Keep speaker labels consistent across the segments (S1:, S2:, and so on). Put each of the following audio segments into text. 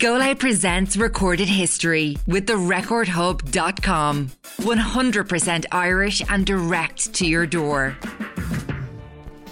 S1: Golay presents Recorded History with the recordhub.com. 100% Irish and direct to your door.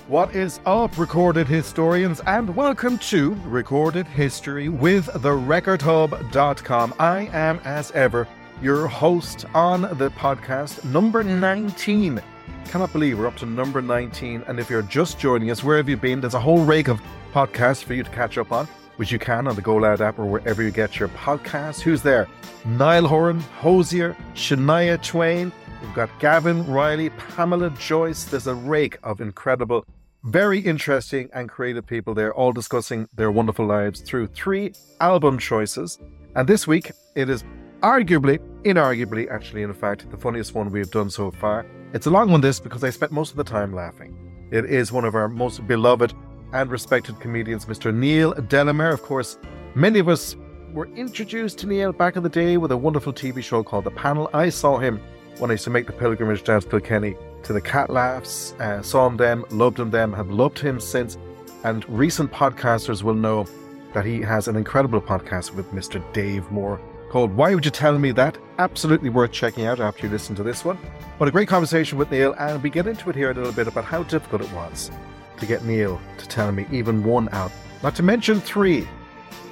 S2: What is up, recorded historians, and welcome to Recorded History with the RecordHub.com. I am, as ever, your host on the podcast, number 19. Cannot believe we're up to number 19. And if you're just joining us, where have you been? There's a whole rake of podcasts for you to catch up on, which you can on the Go Loud app or wherever you get your podcasts. Who's there? Niall Horan, Hosier, Shania Twain. We've got Gavin Riley, Pamela Joyce. There's a rake of incredible very interesting and creative people there, all discussing their wonderful lives through three album choices. And this week, it is arguably, inarguably, actually, in fact, the funniest one we've done so far. It's a long one, this, because I spent most of the time laughing. It is one of our most beloved and respected comedians, Mr. Neil Delamere. Of course, many of us were introduced to Neil back in the day with a wonderful TV show called The Panel. I saw him when I used to make the pilgrimage down to Kilkenny to the cat laughs, uh, saw him them, loved him them, have loved him since. And recent podcasters will know that he has an incredible podcast with Mr. Dave Moore called Why Would You Tell Me That? Absolutely worth checking out after you listen to this one. What a great conversation with Neil, and we get into it here a little bit about how difficult it was to get Neil to tell me even one out, not to mention three.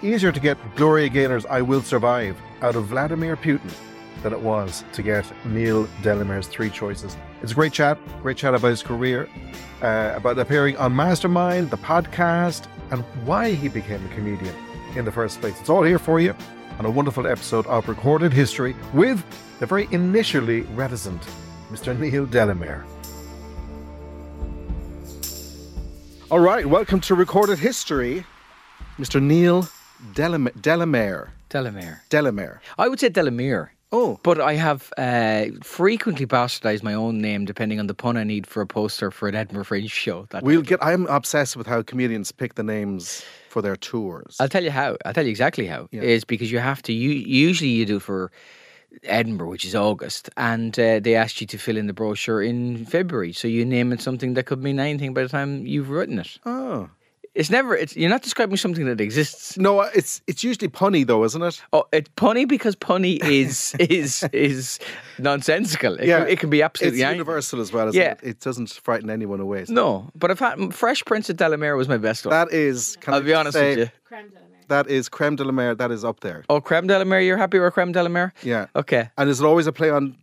S2: Easier to get Gloria Gaynor's I Will Survive out of Vladimir Putin than it was to get Neil Delamere's three choices. It's a great chat, great chat about his career, uh, about appearing on Mastermind, the podcast, and why he became a comedian in the first place. It's all here for you on a wonderful episode of Recorded History with the very initially reticent Mr. Neil Delamere. All right, welcome to Recorded History, Mr. Neil Delam- Delamere.
S3: Delamere.
S2: Delamere.
S3: I would say Delamere.
S2: Oh.
S3: But I have uh, frequently bastardized my own name depending on the pun I need for a poster for an Edinburgh Fringe show. That
S2: We'll get. I'm obsessed with how comedians pick the names for their tours.
S3: I'll tell you how. I'll tell you exactly how. Is because you have to. You, usually you do for Edinburgh, which is August, and uh, they asked you to fill in the brochure in February. So you name it something that could mean anything by the time you've written it.
S2: oh
S3: It's never. It's you're not describing something that exists.
S2: no, uh, it's it's usually punny though, isn't it?
S3: Oh, it's punny because punny is is is nonsensical. It, can, it can be absolutely
S2: It's
S3: any-
S2: universal as well. Isn't
S3: Yeah.
S2: it? it doesn't frighten anyone away. isn't it?
S3: No, but I've had Fresh Prince of Delamere was my best one.
S2: That is. Can
S3: I'll
S2: I
S3: be honest
S2: say,
S3: with you.
S2: That is creme de la mer. That is up there.
S3: Oh, creme Delamere, you're happy with creme Delamere?
S2: Yeah.
S3: Okay.
S2: And is it always a play on?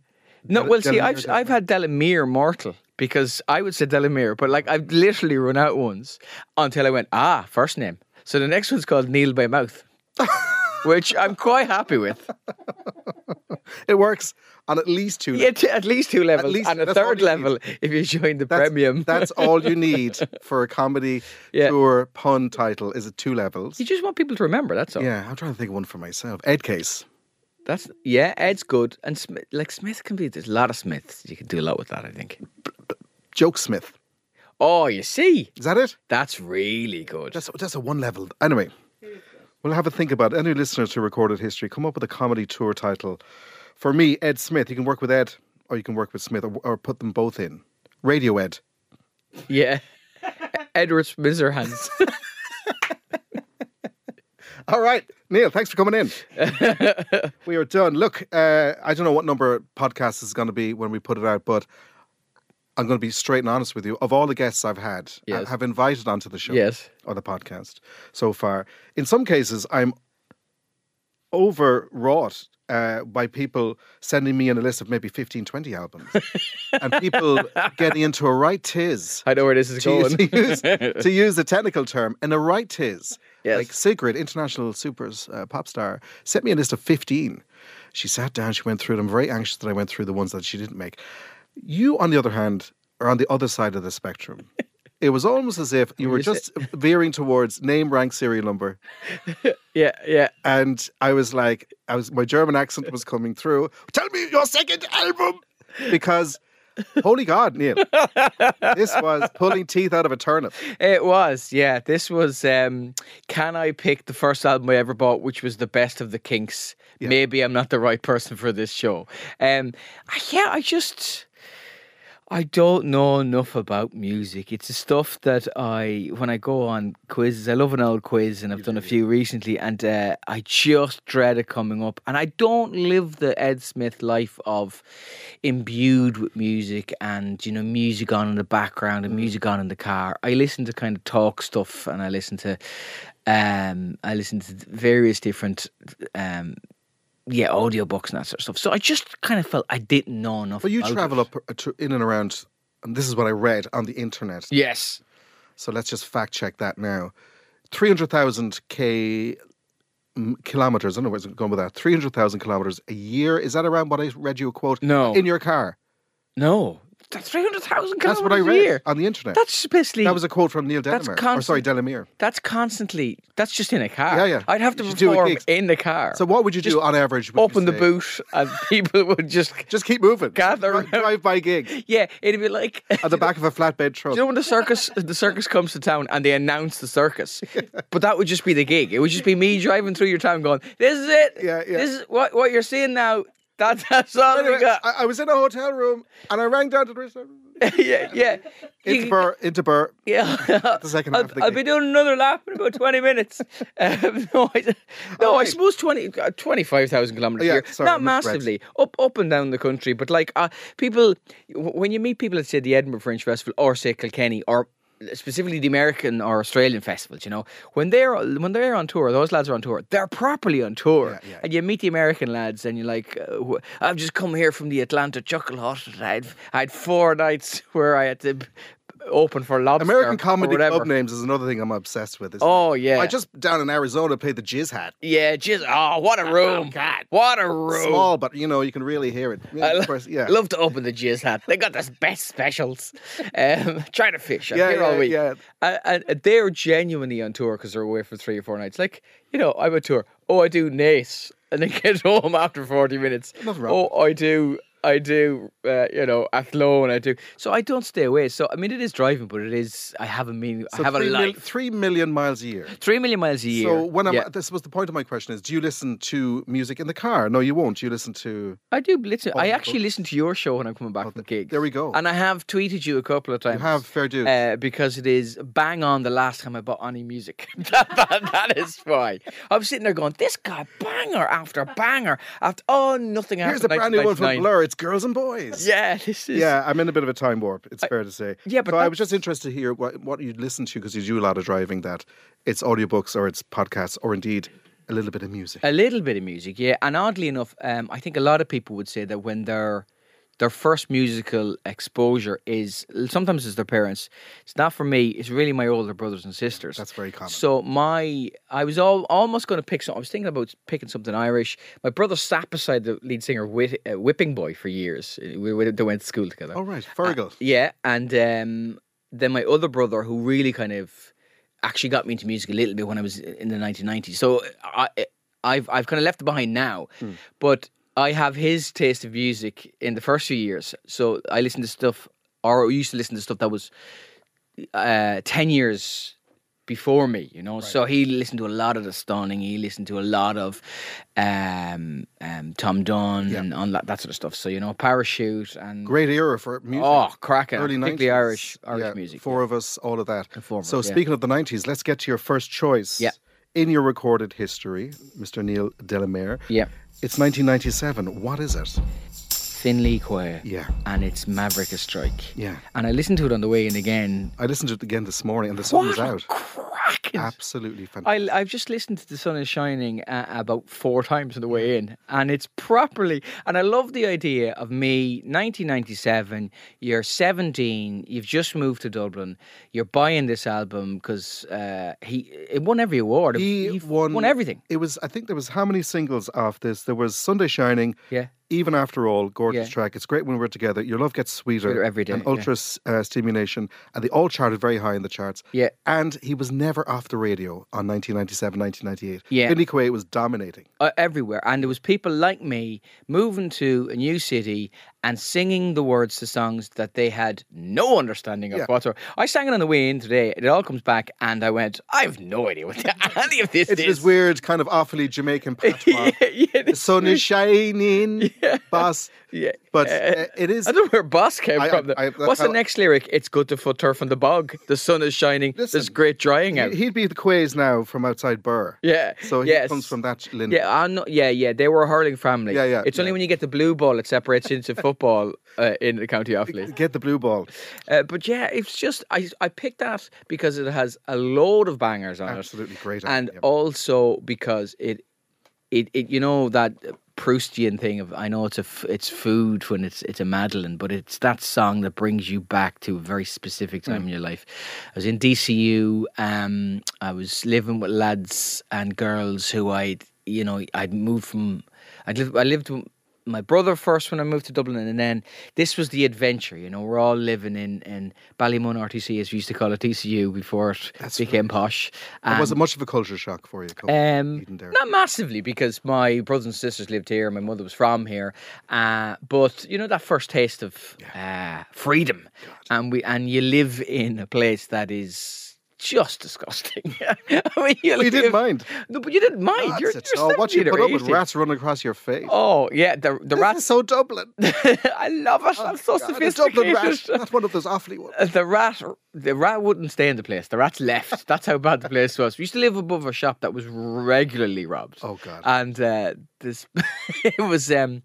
S3: No,
S2: Del-
S3: well, see,
S2: Delamere,
S3: I've I've had Delamere mortal because I would say Delamere, but like I've literally run out ones until I went ah first name. So the next one's called Neil by Mouth, which I'm quite happy with.
S2: It works on at least two.
S3: Yeah, t- at least two levels,
S2: least-
S3: and a
S2: that's all
S3: third
S2: you need.
S3: level if you join the
S2: That's,
S3: premium.
S2: that's all you need for a comedy
S3: Yeah.
S2: tour pun title. Is it two levels?
S3: you just want people to remember. That's all.
S2: Yeah, I'm trying to think of one for myself. Ed Case.
S3: That's yeah. Ed's good, and Smith, like Smith can be. There's a lot of Smiths. You can do a lot with that. I think.
S2: Joke Smith.
S3: Oh, you see,
S2: Is that it?
S3: that's really good.
S2: That's that's a one level. Anyway, we'll have a think about it. any listener to recorded history. Come up with a comedy tour title. For me, Ed Smith. You can work with Ed, or you can work with Smith, or, or put them both in. Radio Ed.
S3: Yeah. Edward Scissorhands.
S2: All right, Neil. Thanks for coming in. we are done. Look, uh, I don't know what number podcast this is going to be when we put it out, but. I'm going to be straight and honest with you. Of all the guests I've had,
S3: Yes.
S2: I have invited onto the show
S3: Yes.
S2: or the podcast so far, in some cases, I'm overwrought uh, by people sending me in a list of maybe 15, 20 albums and people getting into a right tiz.
S3: I know where this is
S2: To use,
S3: going.
S2: to, use, to use the technical term, and a right tiz.
S3: Yes.
S2: Like Sigrid, international supers uh, pop star, sent me a list of 15. She sat down, she went through them. Very anxious that I went through the ones that she didn't make. You, on the other hand, are on the other side of the spectrum. It was almost as if you were
S3: you
S2: just veering towards name, rank, serial number,
S3: yeah, yeah.
S2: and I was like, I was my German accent was coming through. Tell me your second album, because holy God, Neil, this was pulling teeth out of a turnip.
S3: It was. Yeah. This was um Can I pick the first album I ever bought, which was the best of the kinks? Maybe I'm not the right person for this show. Um I- yeah, I just I don't know enough about music. It's the stuff that I, when I go on quizzes, I love an old quiz, and I've done a few recently, and uh, I just dread it coming up. And I don't live the Ed Smith life of imbued with music and you know music on in the background
S2: Mm.
S3: and music on in the car. I listen to kind of talk stuff, and I listen to, um, I listen to various different, um, yeah, audiobooks and that sort of stuff. So I just kind of felt I didn't know enough.
S2: But you
S3: about it.
S2: travel up uh, to, in and around, and this is what I read on the internet.
S3: Yes.
S2: So let's just fact check that now. 300,000 K m- kilometers, I don't know where's going with that. 300,000 kilometers a year. Is that around what I read you a quote?
S3: No.
S2: In your car.
S3: No. That's 300,000 kilometers
S2: That's what I
S3: a
S2: read
S3: year.
S2: on the internet.
S3: That's basically.
S2: that was a quote from Neil
S3: that's
S2: Delamere. Or
S3: constant-
S2: sorry, Delamere.
S3: that's constantly. That's just in a car.
S2: Yeah, yeah.
S3: I'd have to
S2: You should do it
S3: perform
S2: gigs.
S3: in the car.
S2: So what would you
S3: Just
S2: do on average? would you
S3: open the
S2: say?
S3: boot and people would just.
S2: Just keep moving.
S3: Gather
S2: Dri-
S3: around.
S2: Drive by gig
S3: Yeah, it'd be like.
S2: at the back of a flatbed truck.
S3: Do you know when the circus the circus comes to town and they announce the circus? But that would just be the gig. It would just be me driving through your town going, This is it.
S2: Yeah, yeah.
S3: This is what what you're seeing now. That's, that's all we
S2: Anyway,
S3: got.
S2: I, I was in a hotel room and I rang down to the reception.
S3: yeah, yeah.
S2: Into
S3: You-
S2: Burr, into Burr.
S3: Yeah,
S2: the second
S3: I'll,
S2: half of the
S3: I'll
S2: gig.
S3: be doing another lap in about twenty minutes. Um, no, I, no, I suppose 20, uh, 25,000 kilometers
S2: Oh, Yeah,
S3: a year.
S2: sorry, I
S3: Not
S2: misread.
S3: massively, up up and down the country. But like uh, people, w- when you meet people at say the Edinburgh Fringe Festival or say Kilkenny or specifically the American or Australian festivals, you know, when they're when they're on tour, those lads are on tour. They're properly on tour,
S2: Yeah, yeah.
S3: and you meet the American lads, and you're like, uh, wh- I've just come here from the Atlanta Chuckle Hut. and I had I had four nights where I had to. b- Open for lobster.
S2: American
S3: or
S2: comedy
S3: whatever.
S2: club names is another thing I'm obsessed with. isn't
S3: Oh,
S2: it?
S3: yeah.
S2: I just down in Arizona played the Jizz Hat.
S3: Yeah, just oh, what a room! God, what a room!
S2: Small, but you know you can really hear it. Yeah,
S3: I
S2: of
S3: lo-
S2: course, yeah.
S3: love to open the jizz hat. They got the best specials. Um, try to fish. I'm
S2: Yeah,
S3: here
S2: yeah,
S3: all week.
S2: yeah.
S3: And, and they're genuinely on tour because they're away for three or four nights. Like you know, I'm a tour. Oh, I do Nace, and then get home after forty minutes.
S2: Nothing wrong
S3: oh, I do. I do, uh, you know, Athlone. I do, so I don't stay away. So I mean, it is driving, but it is. I have a mean.
S2: So
S3: I have a
S2: three mil-
S3: life.
S2: three million miles a year.
S3: three million miles a year.
S2: So when I'm
S3: Yeah.
S2: this was the point of my question is do you listen to music in the car? No, you won't. You listen to
S3: I do listen. I
S2: Oh,
S3: actually listen to your show when I'm coming back from gigs.
S2: there we go.
S3: And I have tweeted you a couple of
S2: you
S3: times.
S2: have fair dues.
S3: Uh, because it is bang on the last time I bought any music. that, that- that is why. I'm sitting there going, this guy banger after banger after oh nothing
S2: Here's
S3: after
S2: a brand new one from
S3: 1999.
S2: Blur. It's Girls and Boys.
S3: Yeah, this is
S2: Yeah, I'm in a bit of a time warp. It's fair to say.
S3: yeah, but
S2: so I
S3: that-
S2: was just interested to hear what what you listen to because you do a lot of driving. That it's audiobooks or it's podcasts or indeed a little bit of music.
S3: A little bit of music, yeah. And oddly enough, um, I think a lot of people would say that when their their first musical exposure is sometimes it's their parents. It's not for me. It's really my older brothers and sisters.
S2: That's very common.
S3: So my I was all, almost going to pick something. I was thinking about picking something Irish. My brother sat beside the lead singer Whit, uh, Whipping Boy for years. Uh, We, we, they went to school together.
S2: All right, Fergal.
S3: Yeah, and um, then my other brother, who really kind of actually got me into music a little bit when I was in the 1990s. So I, I've I've kind of left it behind now, but I have his taste of music in the first few years. So I listened to stuff, or used to listen to stuff that was uh, 10 years before me, you know. So he listened to a lot of the Stoning, he listened to a lot of um, um, Tom Dunn and all that, that sort of stuff. So, you know, Parachute and
S2: Great era for music.
S3: Oh, cracking.
S2: Early
S3: Particularly
S2: 90s.
S3: Irish Irish
S2: Yeah,
S3: music.
S2: Four of us, all of that.
S3: four of
S2: so
S3: us, yeah.
S2: speaking of the nineties, let's get to your first choice.
S3: Yeah.
S2: In your recorded history, Mr. Neil Delamere.
S3: Yeah.
S2: It's 1997. What is it?
S3: Thinly Choir.
S2: Yeah.
S3: And it's Maverick a Strike.
S2: Yeah.
S3: And I listened to it on the way in again.
S2: I listened to it again this morning, and the sun was
S3: What a
S2: out.
S3: Cracking.
S2: Absolutely fantastic.
S3: I, I've just listened to The Sun is Shining uh, about four times on the way in, and it's properly. And I love the idea of me, 1997, you're 17, you've just moved to Dublin, you're buying this album because uh, he it won every award.
S2: He
S3: You've
S2: won-
S3: everything.
S2: It was. I think there was how many singles off this? There was Sunday Shining.
S3: Yeah.
S2: Even after all, gorgeous
S3: Yeah.
S2: track. It's great when we're together. Your love gets sweeter,
S3: Sweeter every day,
S2: And
S3: yeah.
S2: ultra S uh, stimulation, and they all charted very high in the charts.
S3: Yeah.
S2: And he was never off the radio on 1997, 1998.
S3: Yeah.
S2: Vinnie Quay was dominating.
S3: uh, everywhere, and there was people like me moving to a new city and singing the words to songs that they had no understanding of
S2: Yeah.
S3: whatsoever. I sang it on the way in today. It all comes back, and I went, I have no idea what any of this
S2: It's
S3: is.
S2: this weird kind of awfully Jamaican patch.
S3: yeah, yeah,
S2: The sun is shining. boss.
S3: Yeah.
S2: But
S3: Uh,
S2: uh, it is.
S3: I don't know where boss came
S2: I-
S3: from.
S2: I- I-
S3: What's
S2: I-
S3: the next lyric? It's good to foot turf on the bog. The sun is shining. There's
S2: Listen,
S3: great drying out.
S2: he- He'd be the Quays now from outside Burr.
S3: yeah.
S2: So he
S3: yes.
S2: comes from that lineage.
S3: Yeah, I know. Yeah, yeah. They were a hurling family.
S2: Yeah, yeah,
S3: It's only
S2: yeah.
S3: when you get the blue ball it separates into football uh, in the county athlete.
S2: Get the blue ball.
S3: Uh, but yeah, it's just I I picked that because it has a load of bangers on it.
S2: Absolutely great.
S3: and
S2: album,
S3: also because it, it, it, you know that Proustian thing of I know it's a f- it's food when it's it's a Madeleine, but it's that song that brings you back to a very specific time in your life. I was in DCU. Um, I was living with lads and girls who I'd you know I'd moved from. I'd lived I lived with my brother first when I moved to Dublin, and then this was the adventure. You know, we're all living in in Ballymun RTC, as we used to call it, DCU before it became posh.
S2: yeah.
S3: And-
S2: was it much of a culture shock for you? coming from
S3: um,
S2: Eden Dare?
S3: not massively, because my brothers and sisters lived here. My mother was from here, uh, but you know that first taste of uh, freedom, and we and you live in a place that is just disgusting. I mean, you,
S2: Well, you didn't
S3: live-
S2: mind.
S3: No, but you didn't mind.
S2: That's
S3: Eh, you're,
S2: it.
S3: you're
S2: Oh, what you
S3: 17 or
S2: put up with
S3: 18.
S2: rats running across your face.
S3: Oh yeah, the the
S2: This is
S3: rats.
S2: so Dublin.
S3: I love it. That's so
S2: Oh God, a Dublin rat,
S3: sophisticated.
S2: not one of those awfully ones.
S3: Uh, the rat the rat wouldn't stay in the place. The rats left. That's how bad the place was. We used to live above a shop that was regularly robbed.
S2: Oh, God.
S3: And uh, this it was um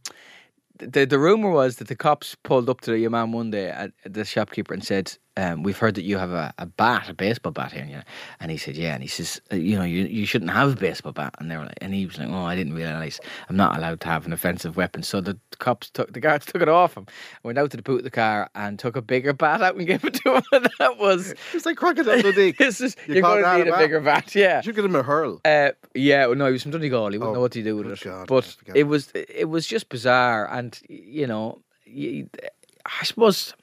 S3: the the rumor was that the cops pulled up to your man one day at at the shopkeeper and said, um, "We've heard that you have a, a bat, a baseball bat here." And, you know, and he said, "Yeah." And he says, uh, "You know, you, you shouldn't have a baseball bat." And they were like, and he was like, "Oh, I didn't realize I'm not allowed to have an offensive weapon." So the cops took the guards took it off him, went out to the boot of the car, and took a bigger bat out and gave it to him. And that was
S2: It's like crocodile Dundee.
S3: this is
S2: You
S3: you are
S2: call
S3: going
S2: that
S3: to
S2: a
S3: need a
S2: bat?
S3: bigger bat, yeah.
S2: You give him a hurl.
S3: Uh, yeah, well, no, he was from Donegal. He wouldn't
S2: Oh,
S3: know what to do with
S2: good
S3: it.
S2: God, I
S3: but
S2: forget.
S3: it was it was just bizarre, and you know, you, I suppose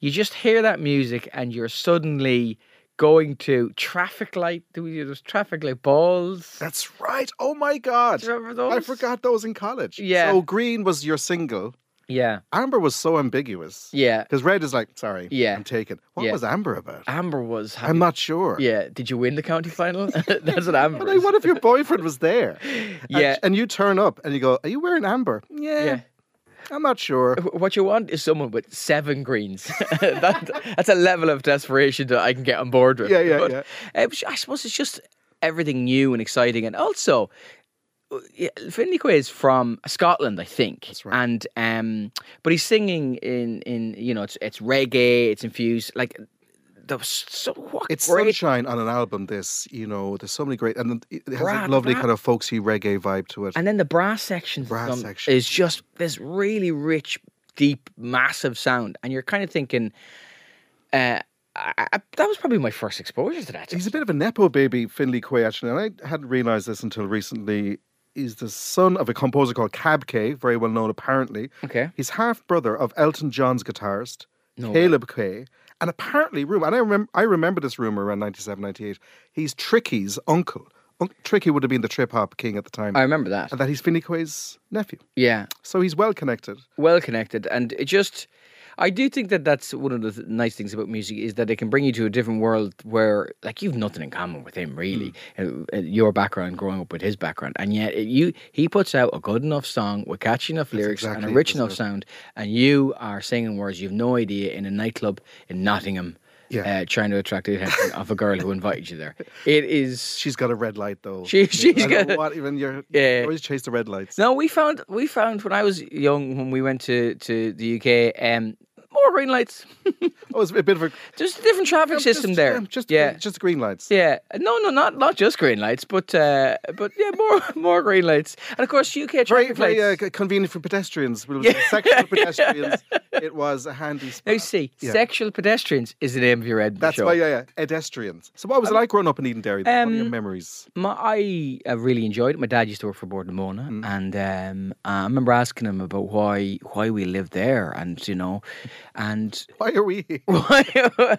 S3: you just hear that music and you're suddenly going to traffic light. Do we there's traffic light balls?
S2: That's right. Oh my God.
S3: Do you remember
S2: I
S3: those?
S2: forgot those in college.
S3: Yeah.
S2: So green was your single.
S3: Yeah,
S2: Amber was so ambiguous.
S3: yeah.
S2: Because red is like, sorry,
S3: Yeah.
S2: I'm taken. What
S3: Yeah.
S2: was Amber about?
S3: Amber was. Happy.
S2: I'm not sure.
S3: Yeah, did you win the county final? That's what Amber.
S2: But like,
S3: is.
S2: what if your boyfriend was there?
S3: Yeah.
S2: And, and you turn up and you go, Are you wearing amber? Yeah.
S3: Yeah.
S2: I'm not sure.
S3: Wh- What you want is someone with seven greens. that, that's a level of desperation that I can get on board with.
S2: Yeah, yeah, yeah.
S3: it was- I suppose it's just everything new and exciting, and also. uh, yeah, Finley is from Scotland, I think, That's
S2: right.
S3: and um, but he's singing in in you know it's it's reggae, it's infused like there was so what
S2: It's
S3: great
S2: sunshine on an album. This, you know, there's so many great, and it has
S3: Brad,
S2: a lovely
S3: Brad.
S2: kind of folksy reggae vibe to it.
S3: And then the brass section,
S2: Brass
S3: some-
S2: section.
S3: is just this really rich, deep, massive sound, and you're kind of thinking, uh, I, I, that was probably my first exposure to that.
S2: He's a bit of a nepo baby, Finley Quay, actually, and I hadn't realised this until recently. He's the son of a composer called Cab K, very well known apparently.
S3: Okay.
S2: He's half brother of Elton John's guitarist,
S3: No way.
S2: Caleb Quay, and apparently rumor. And I remember, I remember this rumor around 97, 98. He's Tricky's uncle. Un- Tricky would have been the trip hop king at the time,
S3: I remember that.
S2: and that he's Finley Quay's nephew.
S3: Yeah,
S2: So he's well connected.
S3: well connected, and it just. I do think that that's one of the th- nice things about music is that it can bring you to a different world where, like, you've nothing in common with him really.
S2: Hmm.
S3: Uh, uh, your background, growing up with his background, and yet it, you he puts out a good enough song with catchy enough lyrics and
S2: exactly
S3: a
S2: it,
S3: rich
S2: isn't
S3: enough
S2: it?
S3: sound, and you are singing words you've no idea in a nightclub in Nottingham,
S2: Yeah.
S3: uh, trying to attract the attention of a girl who invited you there. It is
S2: She's got a red light though.
S3: She- she's
S2: I don't
S3: got-
S2: what even you're.
S3: Yeah.
S2: you always chase the red lights.
S3: No, we found we found when I was young when we went to to the UK, um, more green lights.
S2: Oh, it's a bit of a
S3: There's a different traffic system
S2: just,
S3: there.
S2: um, Just
S3: yeah.
S2: just green lights.
S3: yeah, no, no, not not just green lights, but uh, but yeah, more more green lights, and of course UK
S2: very,
S3: traffic
S2: very uh,
S3: lights.
S2: c- convenient for pedestrians. It was a section of pedestrians. It was a handy spot.
S3: now you see,
S2: yeah.
S3: sexual pedestrians is the name of your Edinburgh
S2: That's
S3: show.
S2: why, uh, yeah, yeah, pedestrians. So, what was it like growing up in Eden Derry? then? what are your
S3: um,
S2: memories?
S3: My, I uh, really enjoyed it. My dad used to work for Board Mona,
S2: Mm.
S3: and um, I remember asking him about why why we lived there, and you know, and
S2: Why are we? here?
S3: Why-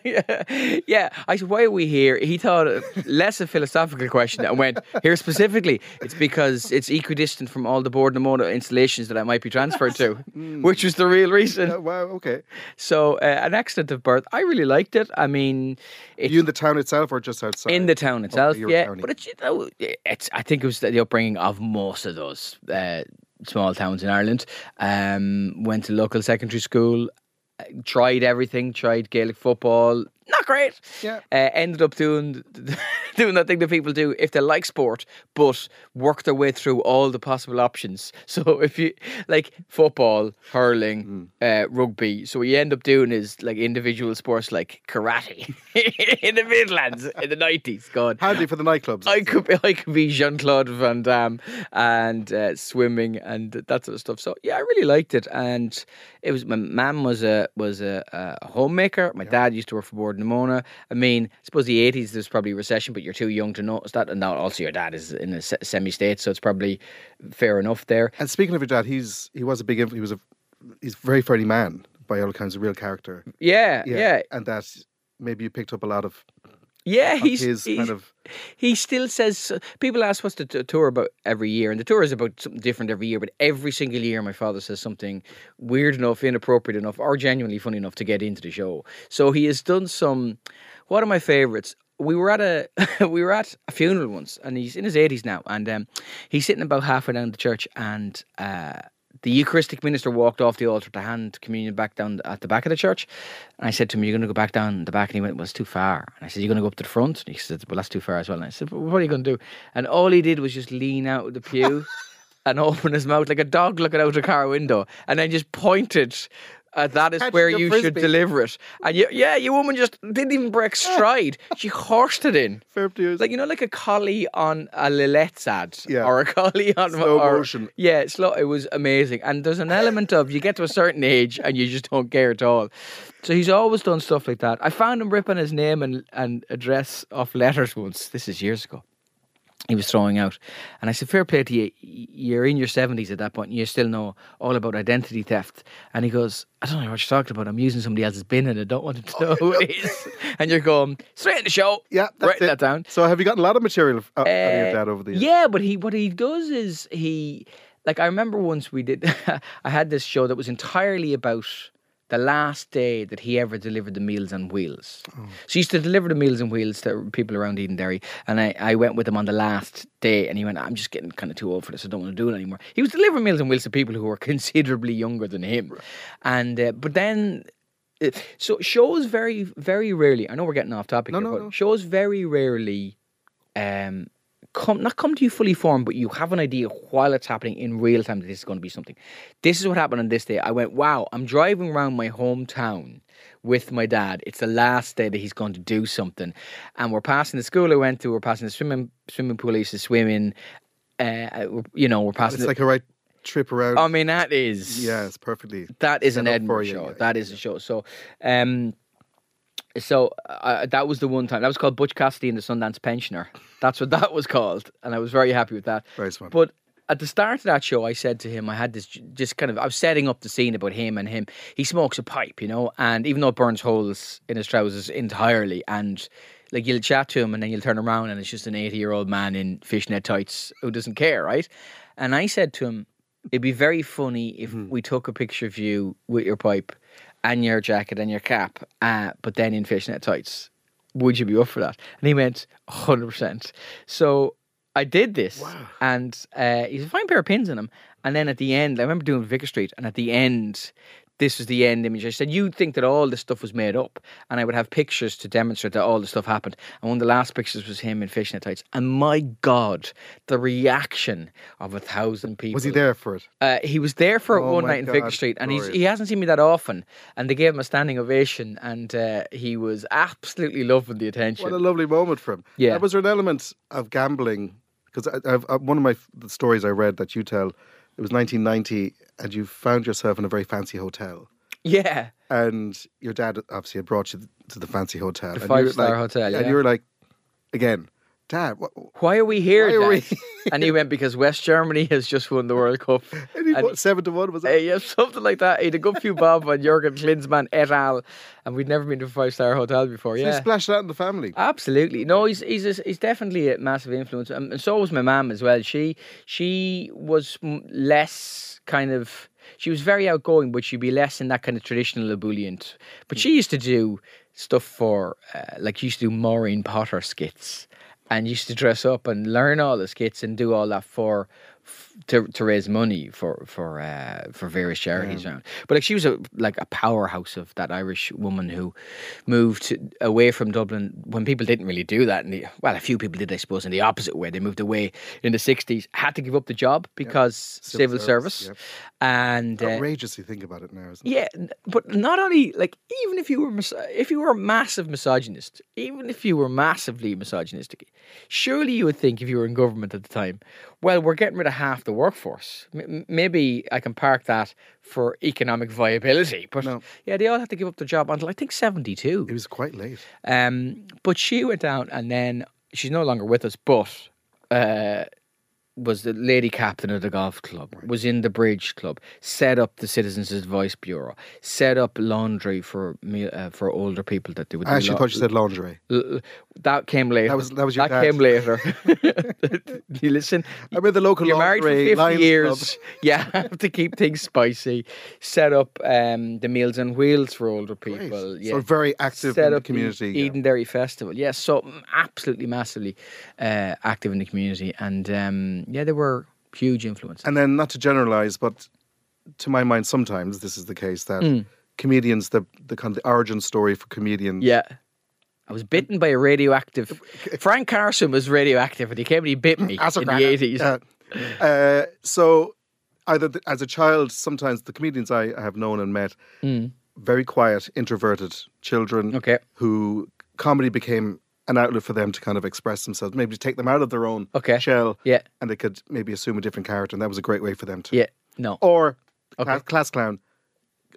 S3: yeah, yeah. I said, why are we here? He thought uh, less a philosophical question and went here specifically. It's because it's equidistant from all the board and motor installations that I might be transferred to, which was the real reason.
S2: Uh, wow, okay.
S3: So, uh, an accident of birth. I really liked it. I mean, it's
S2: You in the town itself or just outside?
S3: in the town itself,
S2: you were
S3: yeah.
S2: county.
S3: But it's you know, it's I think it was the upbringing of most of those uh, small towns in Ireland. Um, went to local secondary school, uh, tried everything, tried Gaelic football. Not great.
S2: Yeah.
S3: Uh, ended up doing doing that thing that people do if they like sport, but work their way through all the possible options. So if you like football, hurling, uh, rugby, so what you end up doing is like individual sports like karate in the Midlands in the nineties. God,
S2: Handy for the nightclubs.
S3: I
S2: I'd say.
S3: could be, I could be Jean Claude Van Damme and uh, swimming and that sort of stuff. So yeah, I really liked it, and it was my mum was a was a, a homemaker. My dad used to work for Board Namona. I mean, I suppose the eighties there's probably a recession, but you're too young to notice that. And now also your dad is in a semi state, so it's probably fair enough there.
S2: And speaking of your dad, he's he was a big inf- he was a he's a very funny man by all kinds of real character.
S3: Yeah, yeah,
S2: and that maybe you picked up a lot of,
S3: yeah.
S2: of
S3: he's,
S2: his
S3: he's
S2: kind of
S3: He still says uh, people ask what's the t- tour about every year, and the tour is about something different every year. But every single year, my father says something weird enough, inappropriate enough, or genuinely funny enough to get into the show. So he has done some. One of my favorites. We were at a we were at a funeral once, and he's in his eighties now, and um, he's sitting about halfway down the church, and. Uh, the Eucharistic minister walked off the altar to hand communion back down at the back of the church. And I said to him, You're going to go back down the back. And he went, Well, it's too far. And I said, You're going to go up to the front? And he said, Well, that's too far as well. And I said, well, What are you going to do? And all he did was just lean out of the pew and open his mouth like a dog looking out a car window and then just pointed. at that is
S2: Catching
S3: where
S2: a
S3: you should
S2: frisbee.
S3: deliver it. And you, yeah, your woman just didn't even break stride. she horsed it in.
S2: fair
S3: It's like you know, like a collie on a Lilette's ad,
S2: Yeah.
S3: or a collie on
S2: Slow
S3: or-
S2: motion.
S3: Yeah, slow. It was amazing, and there's an element of you get to a certain age and you just don't care at all. So he's always done stuff like that. I found him ripping his name and, and address off letters once. This is years ago. He was throwing out, and I said, "Fair play to you. You're in your seventies at that point, and you still know all about identity theft." And he goes, "I don't know what you're talking about. I'm using somebody else's bin, and I don't want them to know who it is." And you're going straight in the show.
S2: yeah, that's
S3: writing
S2: it.
S3: that down.
S2: So have you gotten a lot of material f- out, out of your
S3: Uh,
S2: dad over the years?
S3: Yeah, but he what he does is he like I remember once we did I had this show that was entirely about the last day that he ever delivered the meals on wheels.
S2: Oh.
S3: So he used to deliver the meals on wheels to people around Eden Derry. And I, I went with him on the last day and he went, I'm just getting kind of too old for this. I don't want to do it anymore. He was delivering meals on wheels to people who were considerably younger than him. And uh, but then uh, so shows very very rarely. I know we're getting off topic,
S2: No,
S3: here,
S2: no,
S3: but
S2: no.
S3: shows very rarely um, come not come to you fully formed, but you have an idea while it's happening in real time that this is going to be something. This is what happened on this day. I went, wow, I'm driving around my hometown with my dad. It's the last day that he's going to do something, and we're passing the school I went to. We're passing the swimming swimming pool I used to swim in. Uh, you know, we're passing.
S2: It's
S3: the-
S2: like a right trip around.
S3: I mean, that is
S2: yeah, it's perfectly.
S3: that is an
S2: up
S3: Edinburgh
S2: for you,
S3: show.
S2: yeah,
S3: that is a show. So, um, so uh, that was the one time that was called Butch Cassidy and the Sundance Pensioner. That's what that was called, and I was very happy with that.
S2: Nice one.
S3: But at the start of that show, I said to him, I had this j- just kind of I was setting up the scene about him and him. He smokes a pipe, you know, and even though it burns holes in his trousers entirely, and like you'll chat to him and then you'll turn around and it's just an eighty-year-old man in fishnet tights who doesn't care, right? And I said to him, It'd be very funny if we took a picture of you with your pipe and your jacket and your cap, uh, but then in fishnet tights. Would you be up for that? And he went, 100%. So I did this. And uh, he's a fine pair of pins in him. And then at the end, I remember doing Vicar Street, and at the end, this was the end image. I said, You'd think that all this stuff was made up. And I would have pictures to demonstrate that all this stuff happened. And one of the last pictures was him in fishnet tights. And my God, the reaction of a thousand people.
S2: Was he there for it?
S3: Uh, he was there for it
S2: Oh
S4: Oh
S3: one
S2: my
S3: night in
S2: God,
S3: Vicar Street, and he's, he
S2: glorious.
S3: hasn't seen me that often. And they gave him a standing ovation, and uh, he was absolutely loving the attention.
S2: What a lovely moment for him.
S3: Yeah.
S2: That was there an element of gambling because I've, I, one of my f- the stories I read that you tell. It was 1990, and you found yourself in a very fancy hotel.
S3: yeah,
S2: and your dad obviously had brought you to the fancy hotel,
S3: The
S2: and you were
S3: five-star
S2: like-
S3: hotel,
S2: and
S3: yeah.
S2: you were like, again, Dad, what?
S3: why are we here?
S2: Why are
S3: Dad?" and he went because West Germany has just won the World Cup.
S2: And he,
S3: And-
S2: what, seven to one was
S3: Uh,
S2: it?
S3: yeah, something like that. He had a good few bob on Jurgen Klinsmann et al. And we'd never been to a five star hotel before.
S2: So
S3: yeah, Ah,
S2: you splashed out in the family.
S3: Absolutely. No, he's he's a, he's definitely a massive influence, um, and, and so was my mum as well. She she was m- less kind of. She was very outgoing, but she'd be less in that kind of traditional ebullient.
S2: Hmm.
S3: But she used to do stuff for, uh, like, she used to do Maureen Potter skits and used to dress up and learn all the skits and do all that for f- to to raise money for for uh, for various charities around. But like she was a like a powerhouse of that Irish woman who moved away from Dublin when people didn't really do that. And well, a few people did, I suppose, in the opposite way. They moved away in the sixties, had to give up the job because
S2: Civil
S3: civil,
S2: service,
S3: service,
S2: yep.
S3: and. uh,
S2: Outrageous, you think about it now, isn't it?
S3: yeah, n- but not only like even if you were mis- if you were a massive misogynist, even if you were massively misogynistic, surely you would think if you were in government at the time, well, we're getting rid of half the workforce. M- m- maybe I can park that for economic viability. But
S2: No.
S3: yeah, they all had to give up their job until I think seventy two.
S2: It was quite late.
S3: Um, but she went down, and then she's no longer with us, but uh, was the lady captain of the golf club, was in the bridge club, set up the Citizens Advice Bureau, set up laundry for me uh, for older people that they would.
S2: I
S3: do
S2: actually
S3: lau-
S2: thought you said lingerie.
S3: l- l- that came later.
S2: was- that was your dad.
S3: came later. you listen.
S2: I mean, the local
S3: You're married for
S2: lingerie,
S3: 50
S2: Lions
S3: years. You have to keep things spicy. Set up um, the meals on wheels for older
S2: Great.
S3: people. Yeah
S2: So very active
S3: set
S2: in the
S3: up the
S2: community. yeah.
S3: Eden Dairy Festival. Yes, so mm, absolutely massively uh, active in the community, and um, yeah, they were huge influence.
S2: And then, not to generalize, but to my mind, sometimes this is the case that
S3: Mm.
S2: comedians, the, the kind of the origin story for comedians.
S3: yeah. I was bitten by a radioactive. Frank Carson was radioactive, and he came and he bit me
S2: As a
S3: in
S2: cracker.
S3: the eighties.
S2: Yeah. Uh, so, either th- as a child, sometimes the comedians I have known and met, very quiet, introverted children
S3: Hmm. Okay.
S2: who comedy became an outlet for them to kind of express themselves, maybe take them out of their own
S3: Okay.
S2: shell,
S3: Yeah.
S2: and they could maybe assume a different character, and that was a great way for them to.
S3: Yeah, no,
S2: Or the
S3: Okay.
S2: cla- class clown,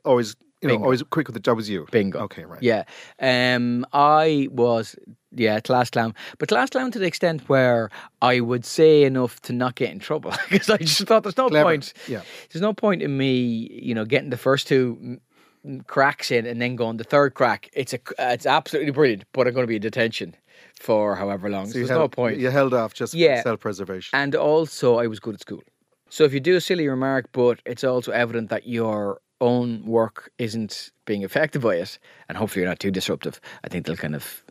S2: always you know,
S3: Bingo.
S2: always quick with the that was you.
S3: bingo.
S2: Okay, right.
S3: Yeah, um, I was yeah class clown, but class clown to the extent where I would say enough to not get in trouble because I just thought there's no
S2: Clever.
S3: point.
S2: Yeah.
S3: there's no point in me, you know, getting the first two m- m- cracks in and then going the third crack. It's a, c- uh, it's absolutely brilliant, but I'm going to be in detention for however long. So
S2: You
S3: there's
S2: held,
S3: no point.
S2: You held off just
S3: Yeah.
S2: for self-preservation.
S3: And also, I was good at school. So if you do a silly remark, but it's also evident that your own work isn't being affected by it, and hopefully you're not too disruptive, I think they'll kind of.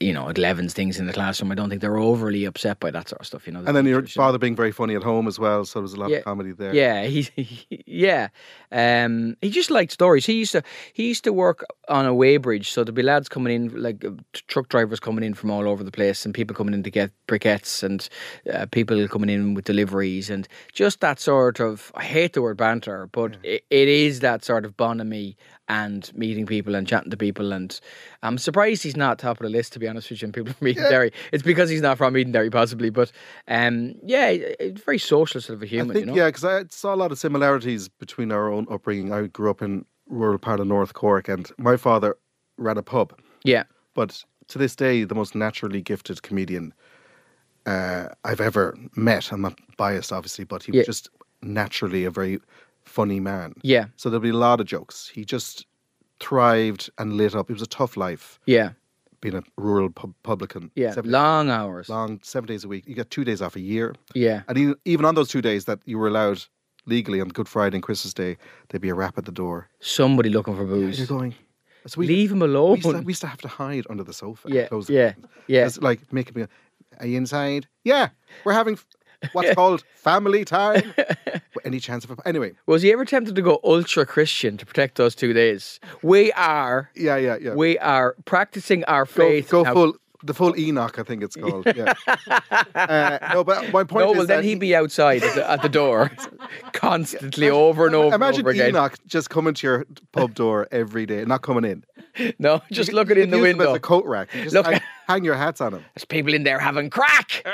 S3: You know, it leavens things in the classroom. I don't think they're overly upset by that sort of stuff. You know, the
S2: And then your
S3: teachers, you know.
S2: father being very funny at home as well, so there was a lot of comedy there.
S3: Yeah, he, he- yeah. Um, he just liked stories. He used to he used to work on a weighbridge, so there'd be lads coming in, like uh, t- truck drivers coming in from all over the place, and people coming in to get briquettes, and uh, people coming in with deliveries, and just that sort of. I hate the word banter, but i it is that sort of bonhomie and meeting people and chatting to people. And I'm surprised he's not top of the list, to be honest with you. And people from Eden Derry, it's because he's not from Eden Derry, possibly. But um, yeah, it- it's very social sort of a
S2: I
S3: human.
S2: think
S3: you know?
S2: yeah, because I saw a lot of similarities between our own upbringing. I grew up in rural part of North Cork, and my father ran a pub.
S3: Yeah.
S2: But to this day, the most naturally gifted comedian uh, I've ever met. I'm not biased, obviously, but he
S3: Yeah.
S2: was just naturally a very funny man.
S3: Yeah.
S2: So there'll be a lot of jokes. He just thrived and lit up. It was a tough life
S3: Yeah.
S2: being a rural pub- publican.
S3: Yeah.
S2: seven,
S3: Long hours.
S2: long, seven days a week. You get two days off a year.
S3: Yeah.
S2: And even, even on those two days that you were allowed legally on Good Friday and Christmas Day, there'd be a rap at the door.
S3: Somebody looking for
S2: And you're
S3: booze.
S2: going, so we,
S3: Leave him
S2: we,
S3: alone.
S2: used to, we used to have to hide under the sofa. and
S3: yeah.
S2: close the
S3: Yeah.
S2: curtains.
S3: Yeah.
S2: It's like making me, are you inside? Yeah, we're having f- what's called family time. Any chance of, a, anyway.
S3: Was he ever tempted to go ultra Christian to protect those two days? We are.
S2: Yeah, yeah, yeah.
S3: We are practicing our
S2: go,
S3: faith.
S2: go
S3: now.
S2: full the full Enoch, I think it's called. Yeah. uh, no, but my point
S3: No,
S2: is
S3: well, then
S2: that
S3: he'd be outside at the, at the door constantly over and over
S2: imagine
S3: and over again.
S2: Enoch just coming to your pub door every day, not coming in.
S3: No, just
S2: You
S3: looking
S2: could
S3: in the
S2: use him
S3: window.
S2: as a coat rack. You just
S3: Look-
S2: hang, hang your hats on him.
S3: There's people in there having crack.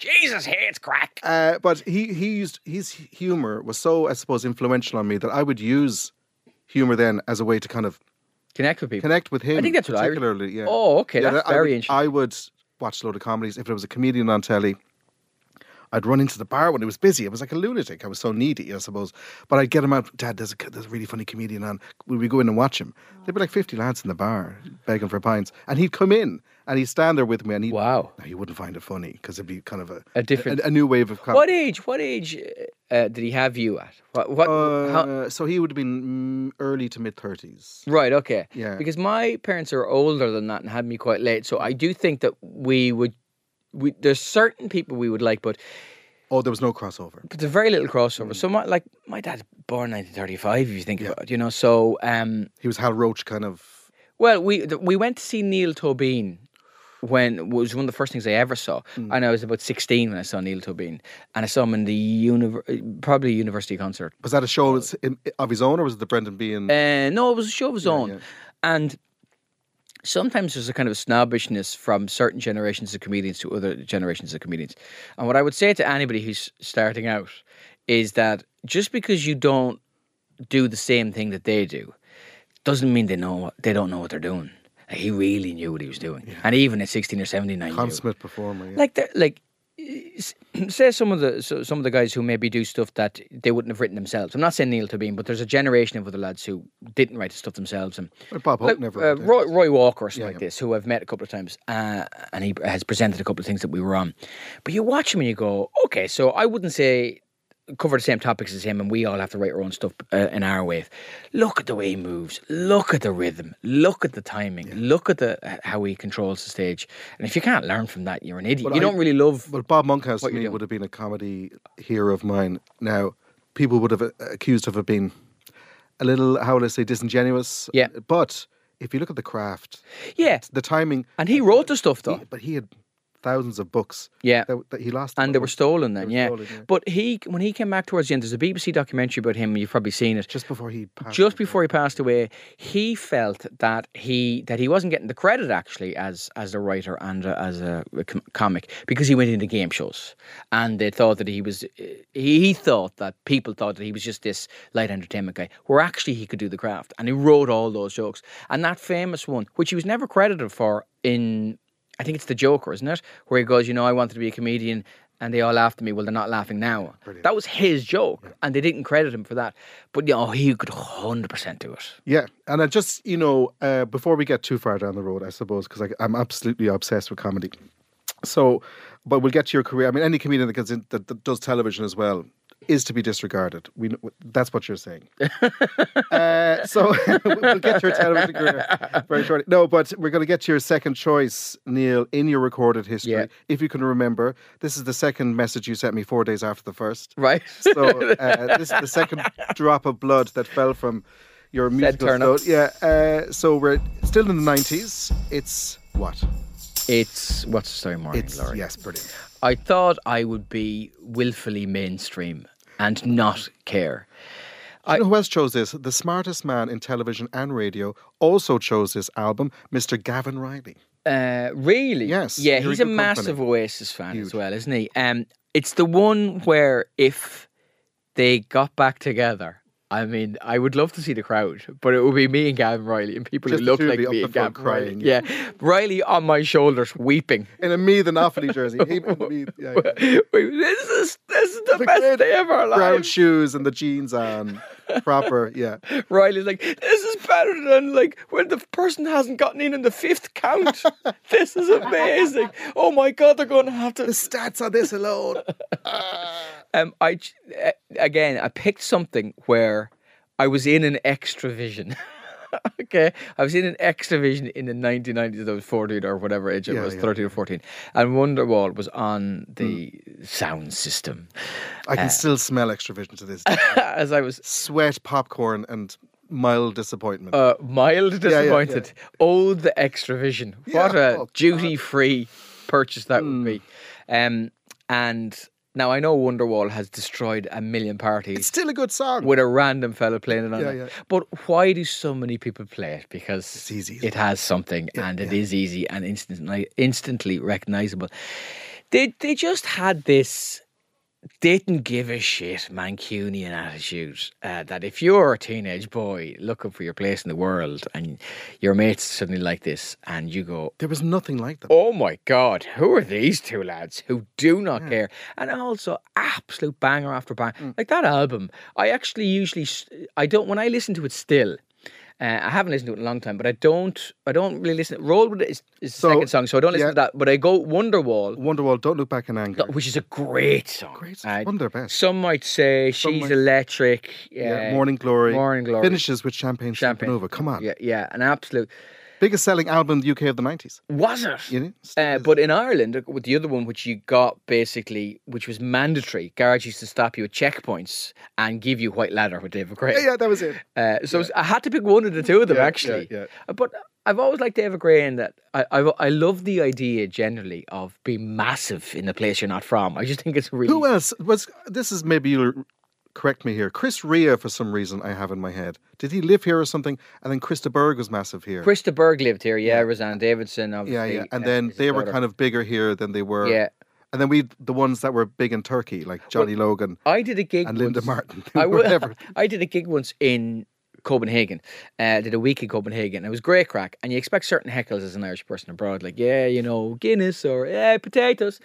S3: Jesus hates crack.
S2: Uh, but he he used his humor was so I suppose influential on me that I would use humor then as a way to kind of
S3: Connect with people.
S2: connect with him.
S3: I think that's what I-
S2: particularly. yeah.
S3: Oh, okay, that's
S2: that- I
S3: very
S2: would,
S3: interesting.
S2: I would watch a load of comedies if there was a comedian on telly. I'd run into the bar when it was busy. I was like a lunatic. I was so needy, I suppose. But I'd get him out. Dad, there's a there's a really funny comedian on. Would we go in and watch him? There'd be like fifty lads in the bar begging for pints, and he'd come in and he'd stand there with me, and he
S3: Wow.
S2: Now, you wouldn't find it funny because it'd be kind of a
S3: A different-
S2: a, a new wave of comedy.
S3: What age? What age uh, uh, did he have you at? What? what how,
S2: Uh, so he would have been mm, early to mid thirties.
S3: Right, okay.
S2: Yeah.
S3: Because my parents are older than that and had me quite late. So I do think that we would we there's certain people we would like, but
S2: Oh, there was no crossover.
S3: But there's very little crossover. So my like my dad's born 1935. If you think about it, you know. So um,
S2: He was Hal Roach kind of.
S3: well, we th- we went to see Neil Tobin when was one of the first things I ever saw, and I was about 16 when I saw Neil Tobin, and I saw him in the univer- probably a university concert.
S2: Was that a show that's in, of his own or was it the Brendan Bean?
S3: Uh, no, it was a show of his own. And sometimes there's a kind of snobbishness from certain generations of comedians to other generations of comedians. And what I would say to anybody who's starting out is that just because you don't do the same thing that they do doesn't mean they know what, they don't know what they're doing. Like, he really knew what he was doing. And even at 16 or 17, I knew.
S2: consummate performer. Yeah.
S3: Like they're like s- say some of the so, some of the guys who maybe do stuff that they wouldn't have written themselves. I'm not saying Neil Tobin, but there's a generation of other lads who didn't write the stuff themselves. And
S2: Well, Bob Hope
S3: like,
S2: never
S3: uh,
S2: did.
S3: Roy, Roy Walker or something
S2: Yeah,
S3: like
S2: yeah.
S3: this, who I've met a couple of times, uh, and he has presented a couple of things that we were on. But you watch him and you go, okay, so I wouldn't say cover the same topics as him, and we all have to write our own stuff uh, in our wave. Look at the way he moves. Look at the rhythm. Look at the timing. Look at the h- how he controls the stage. And if you can't learn from that, you're an idiot.
S2: Well,
S3: you
S2: I-
S3: don't really love.
S2: Well, Bob Monkhouse to
S3: you
S2: me
S3: doing?
S2: would have been a comedy hero of mine. Now, people would have uh, accused of it being a little, how will I say, disingenuous.
S3: Yeah.
S2: But if you look at the craft,
S3: yeah,
S2: the timing,
S3: and he wrote the stuff though.
S2: he- but he had thousands of books.
S3: Yeah.
S2: That, that he lost.
S3: and they were stolen then,
S2: were
S3: yeah.
S2: stolen, yeah.
S3: But he, when he came back towards the end, there's a BBC documentary about him. You've probably seen it.
S2: Just before he passed.
S3: just before he passed away, he felt that he that he wasn't getting the credit actually as as a writer and uh, as a, com- comic because he went into game shows and they thought that he was he, he thought that people thought that he was just this light entertainment guy where actually he could do the craft and he wrote all those jokes and that famous one which he was never credited for in I think it's the Joker, isn't it? Where he goes, you know, I wanted to be a comedian and they all laughed at me. Well, they're not laughing now. That was his joke and they didn't credit him for that. But, you know, he could 100% do it.
S2: Yeah, and I just you know uh, before we get too far down the road, I suppose because I'm absolutely obsessed with comedy. So, but we'll get to your career. I mean, any comedian that gets in, that, that does television as well is to be disregarded. We kn- that's what you're saying. uh, so we'll get to your television career very shortly. No, but we're going to get to your second choice, Neil, in your recorded history,
S3: Yeah.
S2: if you can remember. This is the second message you sent me four days after the first.
S3: Right?
S2: So uh, this is the second drop of blood that fell from your musical
S3: turn up.
S2: throat. Yeah. Uh, so we're still in the nineties. It's what?
S3: It's what's the story, Morning
S2: It's
S3: Glory?
S2: yes, brilliant.
S3: I thought I would be willfully mainstream and not care.
S2: Do you know who else chose this? The smartest man in television and radio also chose this album, Mr. Gavin Riley.
S3: Uh, really?
S2: Yes,
S3: Yeah,
S2: you're
S3: he's a
S2: in good company.
S3: massive Oasis fan as well, isn't he? Um, it's the one where if they got back together, I mean, I would love to see the crowd, but it would be me and Gavin Riley and people
S2: Just
S3: who
S2: the
S3: look
S2: two of
S3: like
S2: you up
S3: me
S2: the
S3: and Gavin
S2: front
S3: crying.
S2: crying,
S3: Riley. Yeah. Riley on my shoulders, weeping.
S2: In a Meath and Offaly jersey. He- Meath, yeah, yeah.
S3: this is this is the,
S2: great
S3: best day of our
S2: Brown
S3: lives.
S2: shoes and the jeans on. Proper, yeah.
S3: Riley's like, this is better than like when the person hasn't gotten in in the fifth count. this is amazing. Oh my god, they're going to have to
S2: The stats on this alone.
S3: Um, I ch- uh, again, I picked something where I was in an extra vision. okay, I was in an extra vision in the 1990s. I was 14 or whatever age
S2: Yeah,
S3: I was,
S2: yeah. Hmm.
S3: 13 or 14, and Wonderwall was on the sound system.
S2: I can still smell extravision to this day.
S3: As I was
S2: Sweat, popcorn, and mild disappointment.
S3: uh, mild
S2: yeah, yeah.
S3: disappointed. Oh, the extra vision! What
S2: Yeah,
S3: a
S2: oh, God. Hmm.
S3: duty free purchase that would be. Um, and now I know Wonderwall has destroyed a million parties.
S2: it's still a good song.
S3: with a random fella playing it on
S2: Yeah,
S3: it.
S2: yeah.
S3: But why do so many people play it? Because it's
S2: easy.
S3: It has something, and it is easy and instantly instantly recognizable. They they just had this didn't give a shit Mancunian attitude uh, that if you're a teenage boy looking for your place in the world and your mates suddenly like this and you go
S2: There was nothing like that.
S3: oh my god, who are these two lads who do not
S2: Hmm.
S3: care? And also, absolute banger after banger. Like that album, I actually usually s- I don't when I listen to it still. Uh, I haven't listened to it in a long time, but I don't. I don't really listen. Roll with it is, is the
S2: So,
S3: second song, so I don't listen
S2: yeah.
S3: to that. But I go Wonderwall,
S2: Wonderwall, don't look back in anger.
S3: which is a great song.
S2: Great,
S3: Uh,
S2: one of their best.
S3: Some might say she's
S2: might-
S3: electric.
S2: yeah,
S3: uh,
S2: Morning Glory.
S3: Morning Glory.
S2: Finishes with Champagne,
S3: Champagne.
S2: Supernova. Come on.
S3: Yeah, yeah, an absolute.
S2: Biggest selling album in the UK of the 90s.
S3: Was it?
S2: You know?
S3: Uh, but in Ireland, with the other one, which you got basically, which was mandatory, garage used to stop you at checkpoints and give you White Ladder with David Gray.
S2: yeah, yeah, that was it.
S3: Uh, so I had to pick one of the two of them,
S2: Yeah, yeah,
S3: actually.
S2: yeah.
S3: Uh, But I've always liked David Gray in that I, I I love the idea generally of being massive in a place you're not from. I just think it's really
S2: Who else was? This is maybe you'll correct me here. Chris Rea, for some reason, I have in my head. Did he live here or something? And then Krista Berg was massive here.
S3: Krista Berg lived here, yeah. Roseanne Davidson,
S2: yeah,
S3: obviously. uh,
S2: yeah. And then they were kind of bigger here than they were.
S3: yeah.
S2: And then we the ones that were big in Turkey, like Johnny Logan
S3: I did a gig
S2: and Linda
S3: once-
S2: Martin.
S3: I will-
S2: whatever.
S3: I did a gig once in Copenhagen. Uh, did a week in Copenhagen. It was great crack, and you expect certain heckles as an Irish person abroad, like yeah, you know, Guinness or yeah, potatoes.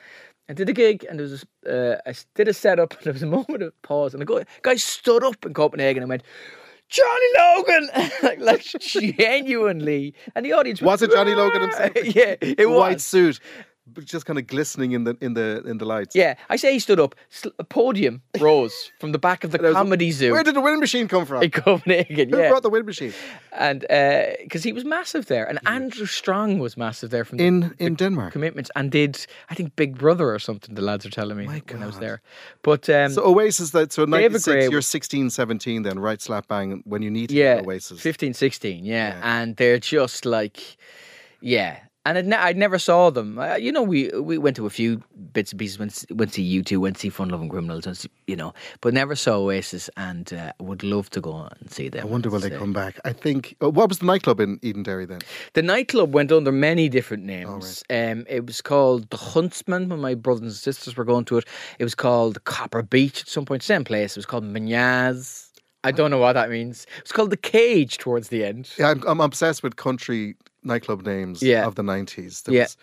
S3: I did a gig, and there was a, uh, I s- did a setup, and there was a moment of pause, and the guy, guy stood up in Copenhagen and went. Johnny Logan, like, like genuinely, and the audience
S2: Was it Johnny Logan
S3: "Rah!"
S2: himself?
S3: yeah, it was.
S2: White suit, but just kind of glistening in the in the in the lights.
S3: Yeah, I say he stood up. sl- A podium rose from the back of the
S2: was-
S3: comedy zoo
S2: Where did the wind machine come from?
S3: in Copenhagen.
S2: Who
S3: yeah,
S2: brought the wind machine?
S3: and because he was massive there, and Andrew Strong was massive there from the
S2: In in Denmark.
S3: commitments, and did I think Big Brother or something? The lads are telling me when I was
S2: God.
S3: there. But um,
S2: So Oasis, that so
S3: David
S2: 96,
S3: Gray-
S2: you're 16, 17 then, right slap bang when you need to hear
S3: yeah,
S2: Oasis.
S3: fifteen, sixteen, 15, 16, yeah. and they're just like, yeah. And I'd, ne- I never saw them. Uh, you know, we we went to a few bits and pieces. Went s- went to U two, went to see Fun Loving Criminals, and s- you know, but never saw Oasis. And uh, would love to go and see them.
S2: I wonder will
S3: It's,
S2: they
S3: uh,
S2: come back. I think. oh, What was the nightclub in Eden Dairy then?
S3: The nightclub went under many different names. Um, it was called The Huntsman when my brothers and sisters were going to it. It was called Copper Beach at some point, same place. It was called Mignaz. I don't know what that means. It was called The Cage towards the end.
S2: Yeah, I'm, I'm obsessed with country nightclub names
S3: Yeah.
S2: of the 90s. There
S3: Yeah.
S2: was,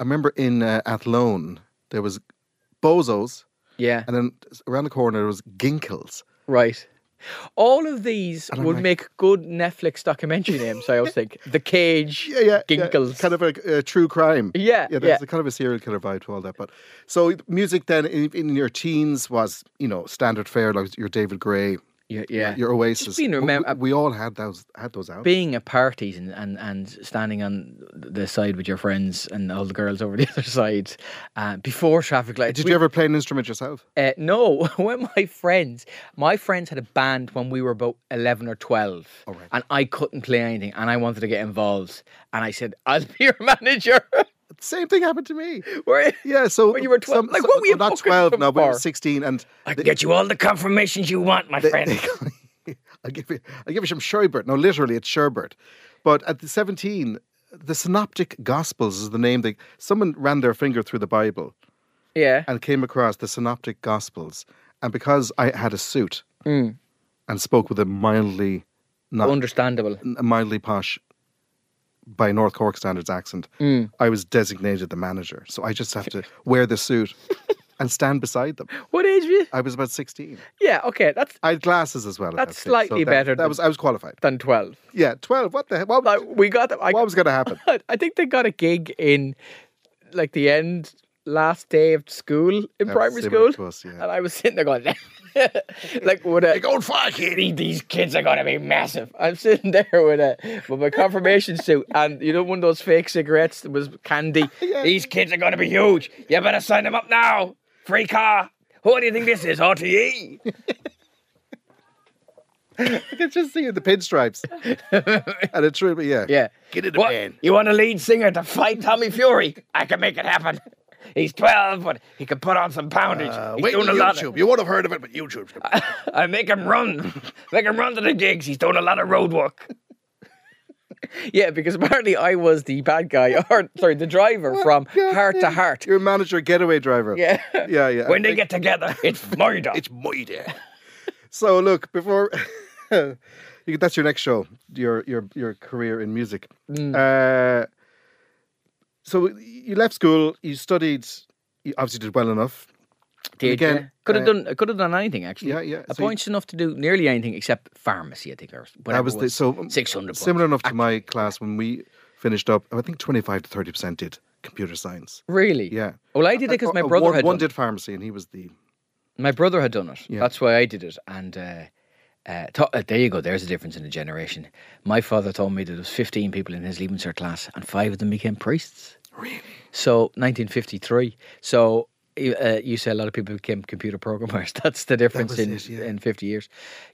S2: I remember in uh, Athlone, there was Bozos,
S3: Yeah,
S2: and then around the corner, there was Ginkles.
S3: right. All of these
S2: And I'm
S3: would
S2: like-
S3: make good Netflix documentary names, I always think. The Cage,
S2: Yeah, yeah. yeah.
S3: Ginkles.
S2: Kind of a, uh true crime.
S3: Yeah,
S2: Yeah, there's
S3: yeah.
S2: A kind of a serial killer vibe to all that. But so music then in, in your teens was, you know, standard fare, like your David Gray,
S3: yeah, yeah.
S2: your Oasis.
S3: being
S2: We-
S3: remem-
S2: we, we all had those had those out.
S3: being at parties and, and, and standing on the side with your friends and all the girls over the other side uh, before traffic lights.
S2: Did
S3: we-
S2: you ever play an instrument yourself?
S3: Uh, no, when my friends, my friends had a band when we were about 11 or 12.
S2: right.
S3: And I couldn't play anything and I wanted to get involved. And I said, I'll be your manager.
S2: Same thing happened to me.
S3: Where-
S2: Yeah, so
S3: When you were 12 like, what were you
S2: Not
S3: fucking
S2: twelve, no, we were
S3: for?
S2: sixteen, and
S3: I can get you all the confirmations you want, my friend.
S2: I'll give you, I'll give you some sherbet. No, literally, it's sherbet. But at the seventeen, the Synoptic Gospels is the name. They someone ran their finger through the Bible
S3: yeah.
S2: and came across the Synoptic Gospels, and because I had a suit
S3: Mm.
S2: and spoke with a mildly, not
S3: Understandable.
S2: a mildly posh by North Cork standards accent,
S3: Mm.
S2: I was designated the manager. So I just have to wear the suit and stand beside them.
S3: What age were you?
S2: I was about 16.
S3: Yeah, okay, that's
S2: I had glasses as well. at that
S3: That's
S2: stage, so
S3: slightly
S2: that-
S3: better
S2: That
S3: than-
S2: was I was qualified.
S3: than 12.
S2: Yeah, 12. What the hell? What,
S3: Like, we got them. I,
S2: what was going to happen?
S3: I think they got a gig in like the end last day of school in
S2: That was
S3: primary
S2: similar
S3: school,
S2: to us, yeah.
S3: and I was sitting there going, like, would a
S2: Go fuck here.
S3: "These- these kids are gonna be massive. I'm sitting there with a with my confirmation suit and you know one of those fake cigarettes that was candy. These kids are gonna be huge. You better sign them up now. Free car. Who do you think this is? E? RTE.
S2: I could just see the pinstripes. and it's true, but yeah.
S3: Yeah.
S2: Get in the
S3: What?
S2: van.
S3: You want a lead singer to fight Tommy Fury? I can make it happen. He's 12, but he can put on some poundage. He's
S2: Uh, Wait
S3: doing
S2: till
S3: a lot.
S2: YouTube. You won't have heard of it, but YouTube.
S3: I make him run. make him run to the gigs. He's doing a lot of road work. yeah, because apparently I was the bad guy, or sorry, the driver from Heart to Heart.
S2: Your manager, getaway driver.
S3: Yeah.
S2: Yeah, yeah.
S3: When they get together, it's murder.
S2: moider. so look, before you, that's your next show, your your your career in music.
S3: Mm.
S2: Uh, so you left school, you studied, you obviously did well enough.
S3: Did,
S2: again,
S3: yeah. could have
S2: uh,
S3: done could have done anything actually.
S2: Yeah, yeah,
S3: Mm. A
S2: so you-
S3: point's enough to do nearly anything except pharmacy. I think or whatever
S2: I was the, so um,
S3: six hundred.
S2: similar enough to my class when we finished up. I think twenty five to thirty percent did computer science.
S3: Really?
S2: Yeah.
S3: Well, Oh, I did it because my
S2: Uh,
S3: brother
S2: one,
S3: had
S2: one
S3: done it.
S2: did pharmacy, and he was the
S3: My brother had done it.
S2: Yeah.
S3: That's why I did it, and uh, Uh, th- uh, there you go. There's a difference in a generation. My father told me there was 15 people in his Leaving Cert class, and five of them became priests.
S2: Really?
S3: So 1953. So y- uh, you say a lot of people became computer programmers. That's the difference
S2: was
S3: in,
S2: it, yeah.
S3: in 50 years.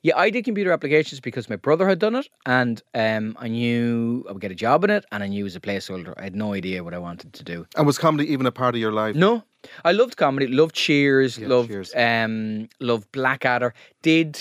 S3: Yeah, I did computer applications because my brother had done it, and um, I knew I would get a job in it, and I knew as a placeholder. I had no idea what I wanted to do.
S2: And was comedy even a part of your life?
S3: No, I loved comedy. Loved Cheers. loved
S2: Cheers.
S3: um, loved Blackadder. Did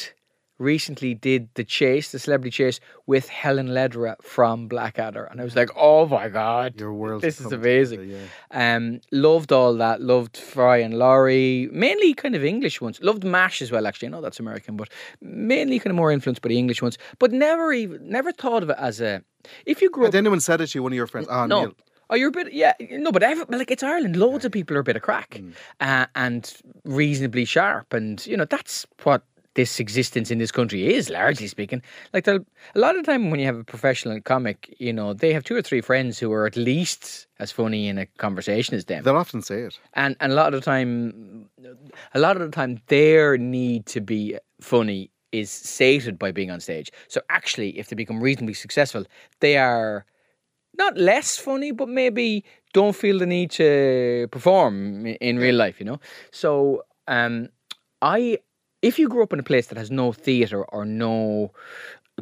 S3: recently did the chase, the celebrity chase with Helen Lederer from Blackadder, and I was like, oh my god,
S2: Your world's
S3: This is
S2: come
S3: amazing.
S2: together,
S3: Um, loved all that. Loved Fry and Laurie, mainly kind of English ones. Loved Mash as well. Actually, I know that's American, but mainly kind of more influenced by the English ones. But never even never thought of it as a. If you grew up
S2: Had anyone said it to you, one of your friends? Ah,
S3: no.
S2: Neil.
S3: Oh, you're a bit, yeah, no, but every, but like it's Ireland. Loads of people are a bit of crack uh, and reasonably sharp. And, you know, that's what this existence in this country is, largely speaking. Like, there'll- a lot of time when you have a professional comic, you know, they have two or three friends who are at least as funny in a conversation as them
S2: They'll often say it.
S3: and and a lot of the time a lot of the time their need to be funny is sated by being on stage so actually if they become reasonably successful they are not less funny but maybe don't feel the need to perform i- in real life you know so um i if you grew up in a place that has no theater or no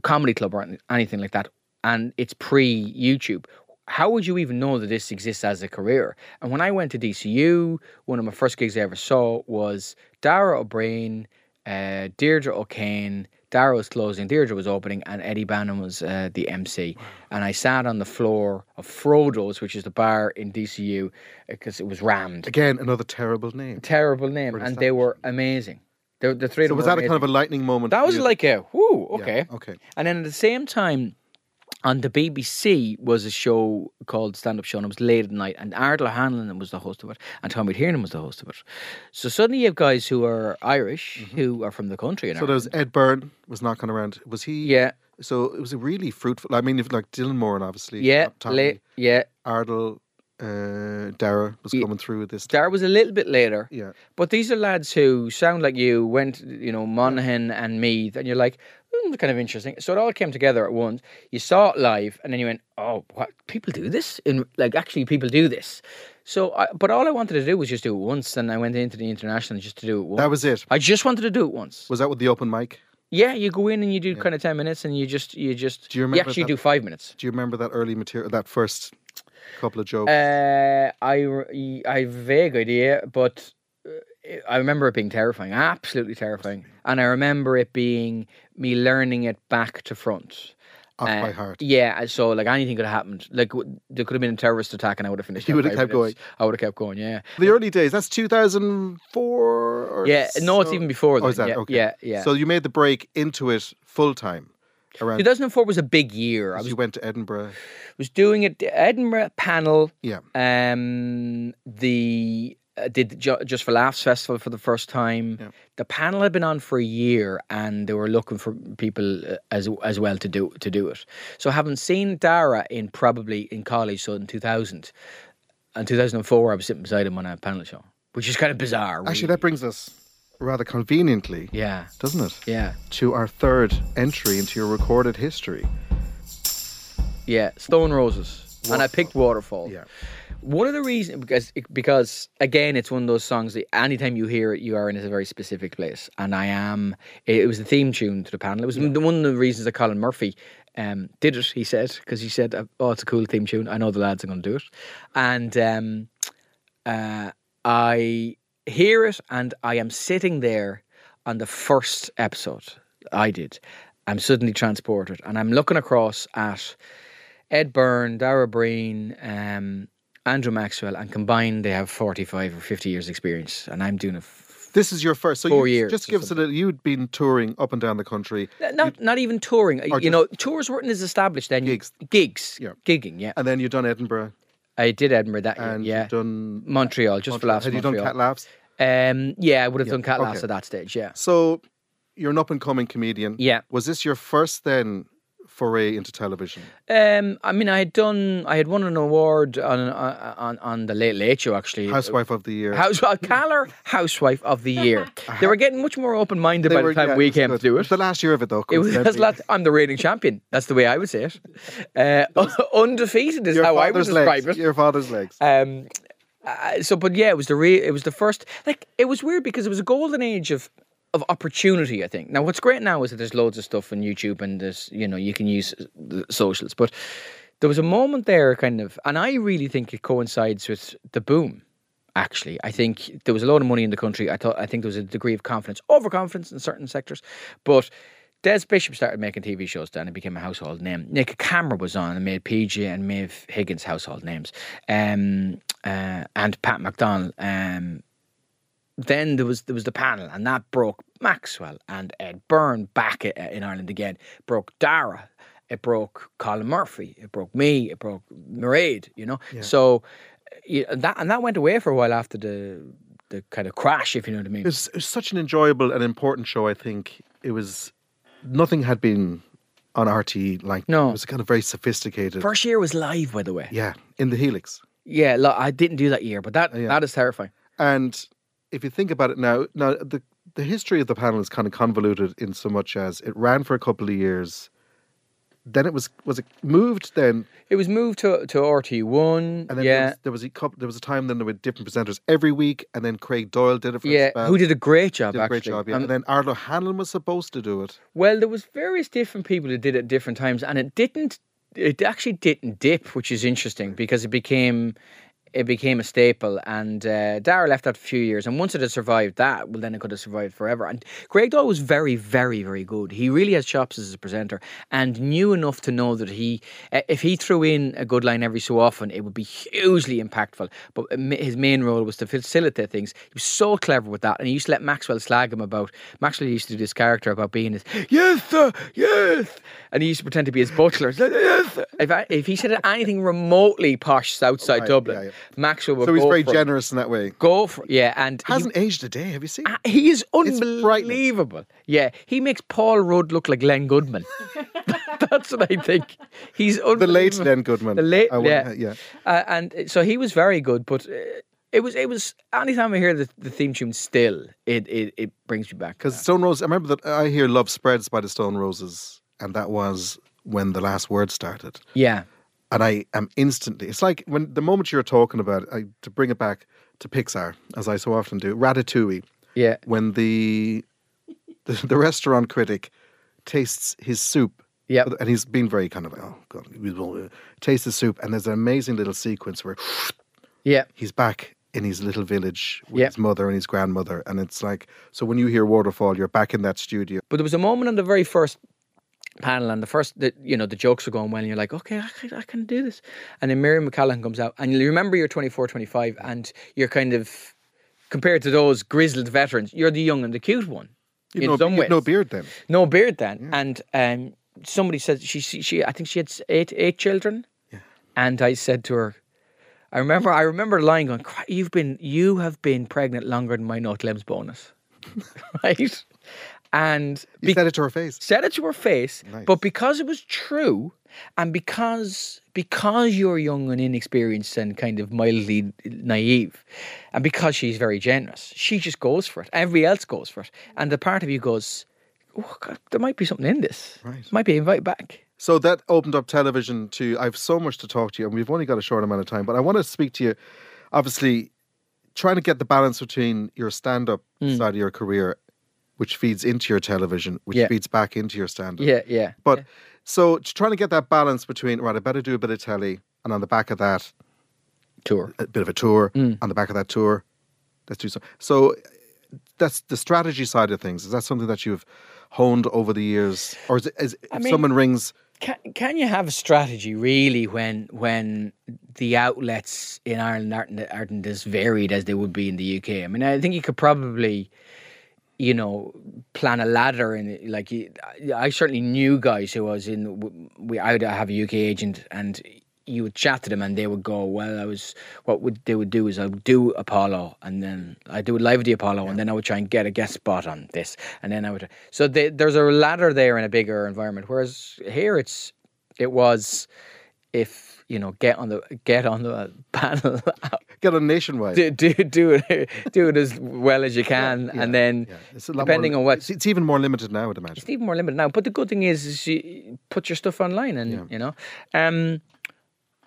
S3: comedy club or any- anything like that and it's pre youtube how would you even know that this exists as a career? And when I went to DCU, one of my first gigs I ever saw was Dara O'Brien, uh, Deirdre O'Kane. Dara was closing, Deirdre was opening, and Eddie Bannon was uh, the MC. And I sat on the floor of Frodo's, which is the bar in DCU, because uh, it was rammed.
S2: Again, another terrible name.
S3: Terrible name, and they were amazing. The, the three of
S2: So
S3: them
S2: was
S3: were
S2: that a kind of
S3: amazing.
S2: a lightning moment?
S3: That
S2: for
S3: was
S2: you?
S3: like a whoo,
S2: Yeah,
S3: okay.
S2: Okay.
S3: And then at the same time, on the BBC was a show called Stand Up Show, and it was late at night. And Ardla Hanlon was the host of it, and Tommy Tiernan was the host of it. So suddenly you have guys who are Irish, who are from the country. In
S2: Mm-hmm. So there
S3: Ireland.
S2: was Ed Byrne was knocking around. Was he?
S3: yeah,
S2: So it was a really fruitful. I mean, if like Dylan Moran, obviously. uh,
S3: yeah,
S2: Tommy,
S3: late, yeah.
S2: Ardle, uh, Dara was
S3: Yeah.
S2: coming through with this.
S3: Dara was a little bit later.
S2: Yeah.
S3: But these are lads who sound like you went, you know, Monaghan and Meath, and you're like, hmm, kind of interesting. So it all came together at once. You saw it live, and then you went, oh, what? People do this? In like, actually, people do this. So, I, but all I wanted to do was just do it once, and I went into the international just to do it once.
S2: That was it.
S3: I just wanted to do it once.
S2: Was that with the open mic?
S3: Yeah, you go in and you do kind of ten minutes, and you just, you just,
S2: Do you remember
S3: actually
S2: that-
S3: do five minutes.
S2: Do you remember that early material? That first couple of jokes.
S3: Uh, I, re- I have a vague idea, but uh, I remember it being terrifying, absolutely terrifying. And I remember it being me learning it back to front.
S2: Off
S3: Uh,
S2: by heart.
S3: Yeah, and so like anything could have happened. Like w- there could have been a terrorist attack, and I would have finished.
S2: You
S3: that
S2: would have
S3: five
S2: kept
S3: minutes. I would have kept going. Yeah,
S2: the early days. That's two thousand four. or
S3: yeah. No, it's
S2: so.
S3: even before. Then.
S2: Oh, is that
S3: yeah,
S2: okay?
S3: Yeah, yeah.
S2: So you made the break into it full time around.
S3: 2004 was a big year. I was,
S2: you went to Edinburgh.
S3: was doing it Edinburgh panel.
S2: Yeah.
S3: Um, the uh, did the Ju- just for laughs festival for the first time.
S2: Yeah.
S3: The panel had been on for a year, and they were looking for people uh, as as well to do to do it. So, having seen Dara in probably in college, so in two thousand and two thousand and four, I was sitting beside him on a panel show, which is kind of bizarre.
S2: Actually,
S3: really.
S2: that brings us rather conveniently,
S3: yeah,
S2: doesn't it?
S3: yeah,
S2: To our third entry into your recorded history.
S3: yeah. Stone Roses, and I picked Waterfall.
S2: Yeah.
S3: One of the reasons because because again it's one of those songs that anytime you hear it you are in a very specific place and I am it, was the theme tune to the panel it was the one of the reasons that Colin Murphy um, did it he said because he said oh it's a cool theme tune I know the lads are going to do it and um, uh, I hear it and I am sitting there on the first episode I did I'm suddenly transported and I'm looking across at Ed Byrne, Dara Breen, um, Andrew Maxwell, and combined they have 45 or 50 years' experience. And I'm doing a. F-
S2: This is your first. So
S3: Four
S2: you,
S3: years
S2: Just
S3: or
S2: give us a little. You'd been touring up and down the country,
S3: not, not even touring. You
S2: Or just-
S3: know, tours weren't as established then. You-
S2: Gigs.
S3: Gigs.
S2: Yeah.
S3: Gigging, yeah.
S2: and then you'd done Edinburgh,
S3: I did Edinburgh that year.
S2: and
S3: Yeah.
S2: you'd done.
S3: Montreal, just for last
S2: had you done
S3: Montreal.
S2: cat laughs?
S3: um, yeah, I would have done Cat Laughs
S2: okay.
S3: at that stage, yeah.
S2: So you're an up and coming comedian.
S3: Yeah.
S2: Was this your first then foray into television?
S3: Um, I mean, I had done, I had won an award on on on the Late Late Show actually.
S2: Housewife of the Year.
S3: House, Caller Housewife of the Year. They were getting much more open minded
S2: They
S3: by
S2: were-
S3: the time
S2: yeah,
S3: we
S2: was
S3: came
S2: good.
S3: to do
S2: was
S3: it.
S2: the last year of it, though.
S3: It was that's
S2: coincidentally.
S3: lot, I'm the reigning champion. That's the way I would say it. Uh, undefeated is
S2: Your
S3: how I would
S2: father's
S3: describe
S2: legs.
S3: it.
S2: Your father's legs.
S3: Um, uh, so, but yeah, it was the re- it was the first. Like it was weird because it was a golden age of of opportunity. I think now what's great now is that there's loads of stuff on YouTube and there's you know you can use uh, the socials. But there was a moment there, kind of, and I really think it coincides with the boom. Actually, I think there was a lot of money in the country. I thought I think there was a degree of confidence, overconfidence in certain sectors, but. Des Bishop started making TV shows then and became a household name. Nick Camera was on and made PG and Maeve Higgins household names. Um, uh, and Pat McDonald. Um, then there was there was the panel, and that broke Maxwell and Ed Byrne back i- in Ireland again. Broke Dara, it broke Colin Murphy, it broke me, it broke Mairead. You know, so yeah, and that and that went away for a while after the the kind of crash, if you know what I mean.
S2: It was, it was such an enjoyable and important show. I think it was nothing had been on RTE like
S3: No.
S2: It was kind of very sophisticated.
S3: First year was live, by the way.
S2: yeah, in the Helix.
S3: Yeah, look, I didn't do that year, but that
S2: Yeah.
S3: that is terrifying.
S2: And if you think about it now, now the the history of the panel is kind of convoluted in so much as it ran for a couple of years. Then it was was it moved then,
S3: It was moved to to RT one.
S2: and then there,
S3: yeah,
S2: was, there was a couple, there was a time then there were different presenters every week, and then Craig Doyle did it for
S3: yeah.
S2: a spell.
S3: Who did a great job?
S2: Did a
S3: actually,
S2: great job, yeah.
S3: Um,
S2: and then Arlo Hanlon was supposed to do it.
S3: well, there was various different people who did it at different times, and it didn't. It actually didn't dip, which is interesting because it became. It became a staple, and uh, Dara left that for a few years. And once it had survived that, well, then it could have survived forever. And Greg Doyle was very, very, very good. He really has chops as a presenter, and knew enough to know that he, eh, if he threw in a good line every so often, it would be hugely impactful. But m- his main role was to facilitate things. He was so clever with that, and he used to let Maxwell slag him about. Maxwell used to do this character about being his yes, sir, yes, and he used to pretend to be his butler. Yes, sir." if I, if he said anything remotely posh Southside
S2: Right,
S3: Dublin,
S2: yeah, yeah.
S3: Maxwell would
S2: So he's
S3: go
S2: very
S3: for it.
S2: generous in that way.
S3: Go for yeah, and he-
S2: Hasn't aged a day. Have you seen?
S3: Ah, He is
S2: It's frightening.
S3: unbelievable. Yeah, he makes Paul Rudd look like Len Goodman. That's what I think. He's
S2: the late
S3: unbelievable.
S2: Len Goodman.
S3: The late,
S2: Um, I wa-
S3: yeah,
S2: yeah.
S3: Uh, and uh, so he was very good, but uh, it was it was. Anytime I hear the, the theme tune, still it it, it brings me back.
S2: Because Stone Roses, I remember that I hear "Love Spreads" by the Stone Roses, and that was when the last word started.
S3: yeah,
S2: And I am instantly. It's like when the moment you're talking about, it, I, to bring it back to Pixar, as I so often do, Ratatouille,
S3: yeah,
S2: when the the, the restaurant critic tastes his soup.
S3: Yep.
S2: And he's been very kind of, oh, God, we will uh, taste the soup. And there's an amazing little sequence where
S3: yeah,
S2: he's back in his little village with
S3: Yeah.
S2: his mother and his grandmother. And it's like, so when you hear Waterfall, you're back in that studio.
S3: But there was a moment on the very first panel, and the first, the, you know, the jokes are going well, and you're like, okay, I can, I can do this. And then Miriam McCallaghan comes out, and you remember you're 24, 25, and you're kind of, compared to those grizzled veterans, you're the young and the cute one.
S2: You've
S3: in
S2: no,
S3: some
S2: you've
S3: ways.
S2: no beard then.
S3: No beard then. And um, somebody said she, she she I think she had s- eight eight children. Yeah. And I said to her, I remember I remember lying going, "Cri- you've been you have been pregnant longer than my no limbs bonus. right? And
S2: You
S3: be-
S2: said it to her face.
S3: said it to her face, but because it was true, and because because you're young and inexperienced and kind of mildly naive, and because she's very generous, she just goes for it. Everybody else goes for it, and the part of you goes, oh, God, there might be something in this.
S2: Right.
S3: Might be invited back.
S2: So that opened up television to, I have so much to talk to you, and we've only got a short amount of time, but I want to speak to you, obviously, trying to get the balance between your stand up
S3: Hmm.
S2: side of your career, which feeds into your television, which
S3: Yeah.
S2: feeds back into your stand up.
S3: Yeah, yeah.
S2: But so t- trying to get that balance between, right, I better do a bit of telly, and on the back of that,
S3: Tour.
S2: a bit of a tour.
S3: Mm.
S2: On the back of that tour, let's do so. So that's the strategy side of things. Is that something that you've honed over the years, or is, it, is if
S3: mean-
S2: someone rings?
S3: Can, can you have a strategy really when when the outlets in Ireland aren't, aren't as varied as they would be in the UK? I mean, I think you could probably, you know, plan a ladder and like you, I I certainly knew guys who I was in. We I would have a UK agent and you would chat to them and they would go, well, I was, what would they would do is I would do Apollo and then I do a live at the Apollo and then I would try and get a guest spot on this. And then I would, so they, there's a ladder there in a bigger environment. Whereas here it's, it was, if, you know, get on the, get on the panel,
S2: Get on nationwide.
S3: do, do, do it, do it as well as you can. and then
S2: Yeah, it's a lot more
S3: depending
S2: li-
S3: on what
S2: it's, it's even more limited now, I would imagine.
S3: it's even more limited now. But the good thing is, is you put your stuff online, and you know, um,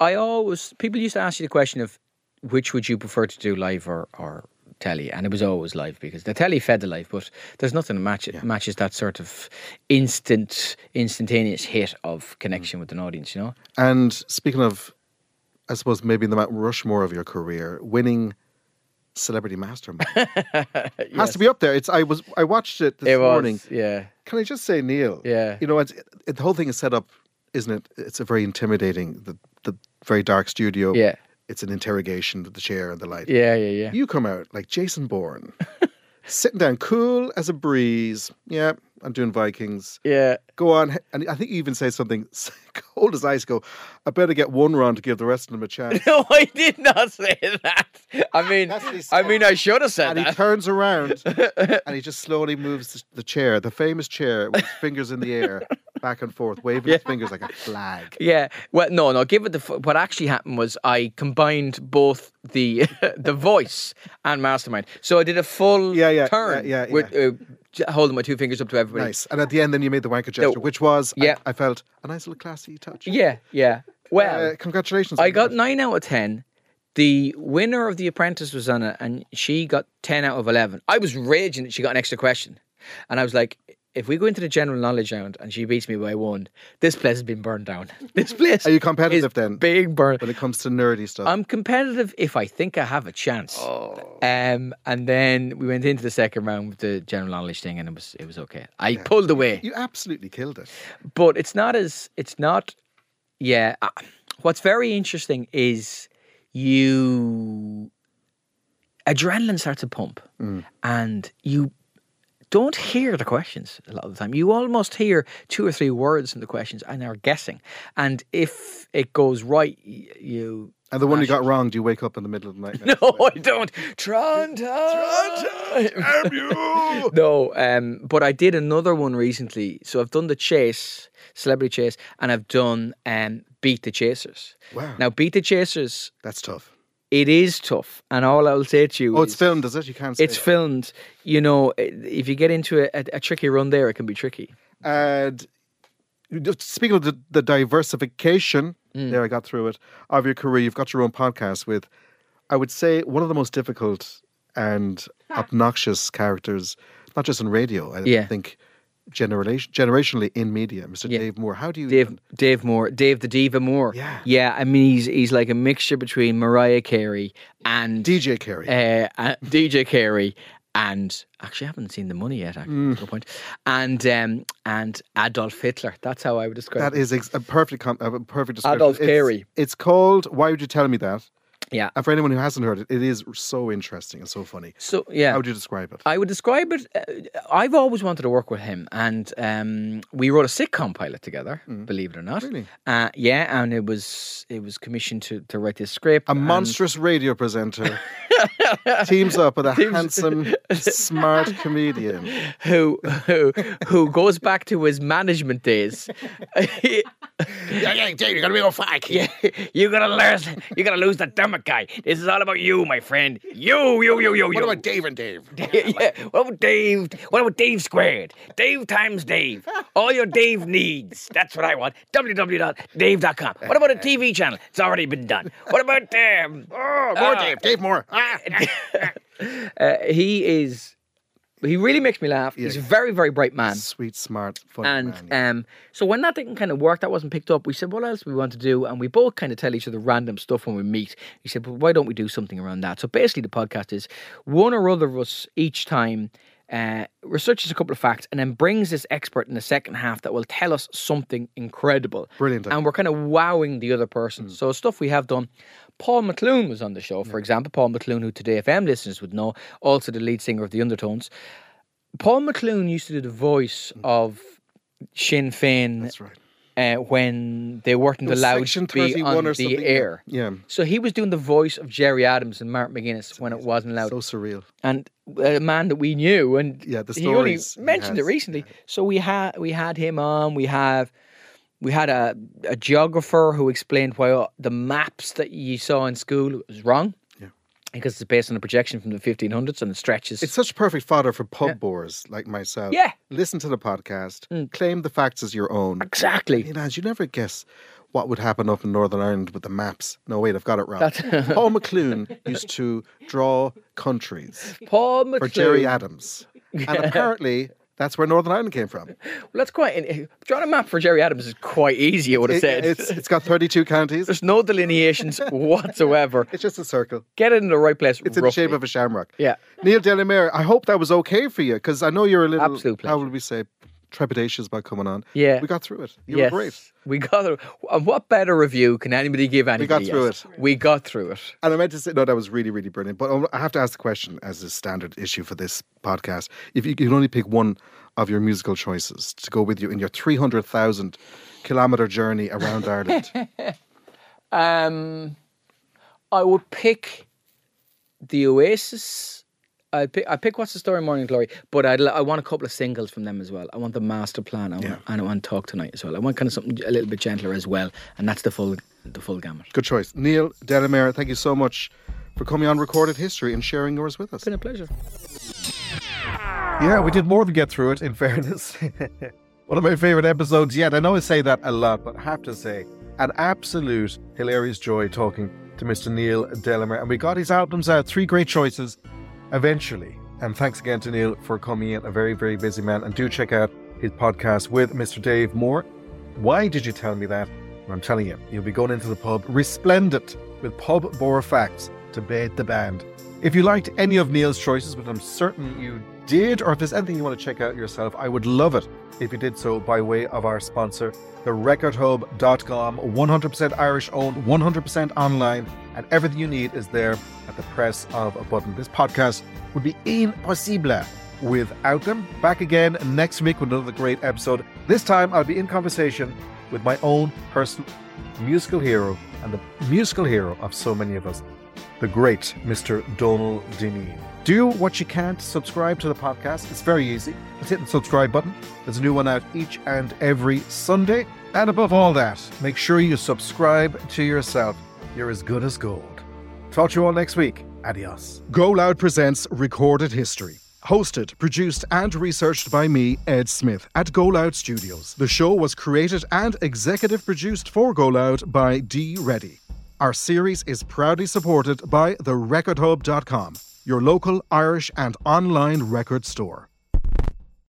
S3: I always people used to ask you the question of which would you prefer to do live or or telly, and it was always live because the telly fed the live. But there's nothing that match, matches that sort of instant, instantaneous hit of
S2: Mm.
S3: connection with an audience. You know,
S2: And speaking of, I suppose maybe the Mount Rushmore of your career, winning Celebrity Mastermind has to be up there. It's I was I watched it this
S3: it was
S2: morning.
S3: yeah.
S2: Can I just say, Neil?
S3: Yeah.
S2: You know, it's, it, the whole thing is set up, isn't it? It's a very intimidating, the the very dark studio.
S3: Yeah.
S2: It's an interrogation with the chair and the light.
S3: Yeah, yeah, yeah.
S2: You come out like Jason Bourne, sitting down, cool as a breeze. Yeah, I'm doing Vikings
S3: Yeah,
S2: go on. And I think you even say something cold as ice. Go, I better get one round to give the rest of them a chance.
S3: no, I did not say that. I mean,
S2: That's what he
S3: I
S2: said.
S3: mean, I should have said
S2: And he
S3: that.
S2: turns around and he just slowly moves the chair, the famous chair, with his fingers in the air, back and forth, waving his fingers like a flag.
S3: Yeah. Well, no, no. Give it the. f- What actually happened was I combined both the the voice and mastermind. So I did a full
S2: Yeah, yeah,
S3: turn.
S2: yeah, yeah,
S3: With, uh, j- holding my two fingers up to everybody.
S2: Nice. And at the end, then you made the wanker gesture, which was, I-
S3: Yeah.
S2: I, felt, a nice little classy touch.
S3: Yeah. Yeah. Well,
S2: Uh, congratulations.
S3: I
S2: on
S3: got
S2: that.
S3: nine out of ten. The winner of The Apprentice was on it, and she got ten out of eleven. I was raging that she got an extra question, and I was like. If we go into the general knowledge round and she beats me by one, this place has been burned down. This place
S2: Are you competitive then?
S3: being burned.
S2: When it comes to nerdy stuff.
S3: I'm competitive if I think I have a chance.
S2: Oh.
S3: Um, and then we went into the second round with the general knowledge thing, and it was it was okay. I pulled away,
S2: you absolutely killed it.
S3: but it's not as it's not. Yeah, uh, what's very interesting is you adrenaline starts to pump, and you don't hear the questions a lot of the time. You almost hear two or three words in the questions and are guessing. And if it goes right, y- you
S2: And the one you got wrong, do you wake up in the middle of the night?
S3: no, Oh, I don't. Toronto. no, um, but I did another one recently. So I've done the chase, celebrity chase, and I've done um, beat the chasers.
S2: Wow.
S3: Now beat the chasers.
S2: That's tough.
S3: It is tough, and all I'll say to you
S2: Oh,
S3: is
S2: it's filmed, is it? You can't say
S3: it's
S2: it.
S3: filmed. You know, i- if you get into a, a, a tricky run there, it can be tricky.
S2: And just speaking of the, the diversification,
S3: Mm.
S2: there I got through it, of your career, you've got your own podcast with, I would say, one of the most difficult and obnoxious characters, not just in radio, I
S3: Yeah.
S2: think generation, generationally in media, Mr. Dave Moore. How do you.
S3: Dave, Dave Moore, Dave the Diva Moore.
S2: Yeah.
S3: yeah. I mean, he's he's like a mixture between Mariah Carey and
S2: DJ Carey.
S3: uh, uh, DJ Carey and actually I haven't seen the money yet. Actually,
S2: Mm.
S3: good point. And um, and Adolf Hitler. That's how I would describe.
S2: that
S3: it.
S2: is ex- a perfect, com- a perfect description.
S3: Adolf
S2: It's-
S3: Carey.
S2: It's called Why Would You Tell Me That?
S3: Yeah.
S2: And for anyone who hasn't heard it, it is so interesting and so funny.
S3: So yeah.
S2: How would you describe it?
S3: I would describe it. Uh, I've always wanted to work with him, and um, we wrote a sitcom pilot together. Believe it or not,
S2: Mm. Really?
S3: Uh, yeah, and it was it was commissioned to, to write this script.
S2: A
S3: and-
S2: monstrous radio presenter teams up with a handsome, smart comedian.
S3: who who who goes back to his management days.
S5: Yeah, yeah, Dave, you're gonna be on fire.
S3: Yeah, you're gonna lose. You're gonna lose the stomach guy. This is all about you, my friend. You, you, you, you,
S5: What
S3: you.
S5: about Dave and Dave?
S3: yeah, yeah. What about Dave? What about Dave squared? Dave times Dave. All your Dave needs. That's what I want. www.dave.com. What about a TV channel? It's already been done. What about um?
S5: Oh, more Dave, Dave more. Ah,
S3: Uh, he is. He really makes me laugh. He's a very, very bright man.
S2: Sweet, smart, funny
S3: And
S2: man.
S3: um, so when that didn't kind of work, that wasn't picked up. We said, "What else we want to do?" And we both kind of tell each other random stuff when we meet. He said, "Well, why don't we do something around that?" So basically, the podcast is one or other of us each time uh, researches a couple of facts and then brings this expert in the second half that will tell us something incredible,
S2: Brilliant idea.
S3: and we're kind of wowing the other person. So stuff we have done. Paul McClune was on the show, for example. Paul McClune, who today FM listeners would know, also the lead singer of the Undertones. Paul McClune used to do the voice of Sinn Féin
S2: That's right.
S3: uh, when they weren't
S2: was
S3: allowed
S2: Section
S3: to be
S2: 31
S3: on
S2: or
S3: the
S2: something, yeah.
S3: air.
S2: Yeah.
S3: So he was doing the voice of Jerry Adams and Martin McGuinness when it wasn't allowed.
S2: So surreal.
S3: and a man that we knew and
S2: Yeah, the
S3: he only
S2: stories he
S3: mentioned it
S2: has,
S3: recently. So we had we had him on. We have we had a, a geographer who explained why the maps that you saw in school was wrong.
S2: Yeah.
S3: Because it's based on a projection from the 1500s and it stretches.
S2: It's such perfect fodder for pub bores like myself.
S3: Yeah. Mm.
S2: Listen to the podcast, claim the facts as your own.
S3: exactly.
S2: You know, as you never guess what would happen up in Northern Ireland with the maps. No, wait, I've got it wrong. Paul McClune used to draw countries
S3: Paul
S2: for
S3: McClure.
S2: Jerry Adams. And apparently, that's where Northern Ireland came from.
S3: That's quite. in- Drawing a map for Jerry Adams is quite easy, I would have
S2: It-
S3: said.
S2: it's, it's got 32 counties.
S3: There's no delineations whatsoever.
S2: It's just a circle.
S3: Get it in the right place.
S2: It's in the shape of a shamrock.
S3: Yeah.
S2: Neil Delamere, I hope that was okay for you because I know you're a little,
S3: Absolute pleasure.
S2: how would we say, trepidatious about coming on.
S3: Yeah.
S2: We got through it. You
S3: yes,
S2: were great.
S3: We got it. And what better review can anybody give anybody?
S2: got through
S3: else? We got through it.
S2: And I meant to say, no, that was really, really brilliant. But um, I have to ask the question, as is standard issue for this podcast. If you can only pick one of your musical choices to go with you in your 300,000 kilometer journey around Ireland,
S3: Um, I would pick the Oasis. I pick. I pick what's the story, Morning Glory. But I'd, li- I want a couple of singles from them as well. I want the Master Plan. I want, and I want Talk Tonight as well. I want kind of something a little bit gentler as well. And that's the full the full gamut.
S2: good choice. Neil Delamere, thank you so much for coming on Recorded History and sharing yours with us.
S3: Been a pleasure.
S4: Yeah, we did more than get through it, in fairness. One of my favorite episodes yet. I know I say that a lot, but I have to say, an absolute hilarious joy talking to Mr. Neil Delamere. And we got his albums out, three great choices, eventually. And thanks again to Neil for coming in, a very, very busy man. And do check out his podcast with Mr. Dave Moore. Why did you tell me that? Well, I'm telling you, you'll be going into the pub resplendent with pub bore facts to bait the band. If you liked any of Neil's choices, which I'm certain you did, or if there's anything you want to check out yourself, I would love it if you did so by way of our sponsor, therecordhub.com, 100% Irish owned, 100% online, and everything you need is there at the press of a button. This podcast would be impossible without them. Back again next week with another great episode. This time I'll be in conversation with my own personal musical hero and the musical hero of so many of us the great Mr. Donald Dineen. Do what you can to subscribe to the podcast. It's very easy. Just hit the subscribe button. There's a new one out each and every Sunday. And above all that, make sure you subscribe to yourself. You're as good as gold. Talk to you all next week. Adios.
S2: Go Loud presents Recorded History. Hosted, produced, and researched by me, Ed Smith, at Go Loud Studios. The show was created and executive produced for Go Loud by D. Reddy. Our series is proudly supported by therecordhub.com, your local Irish and online record store.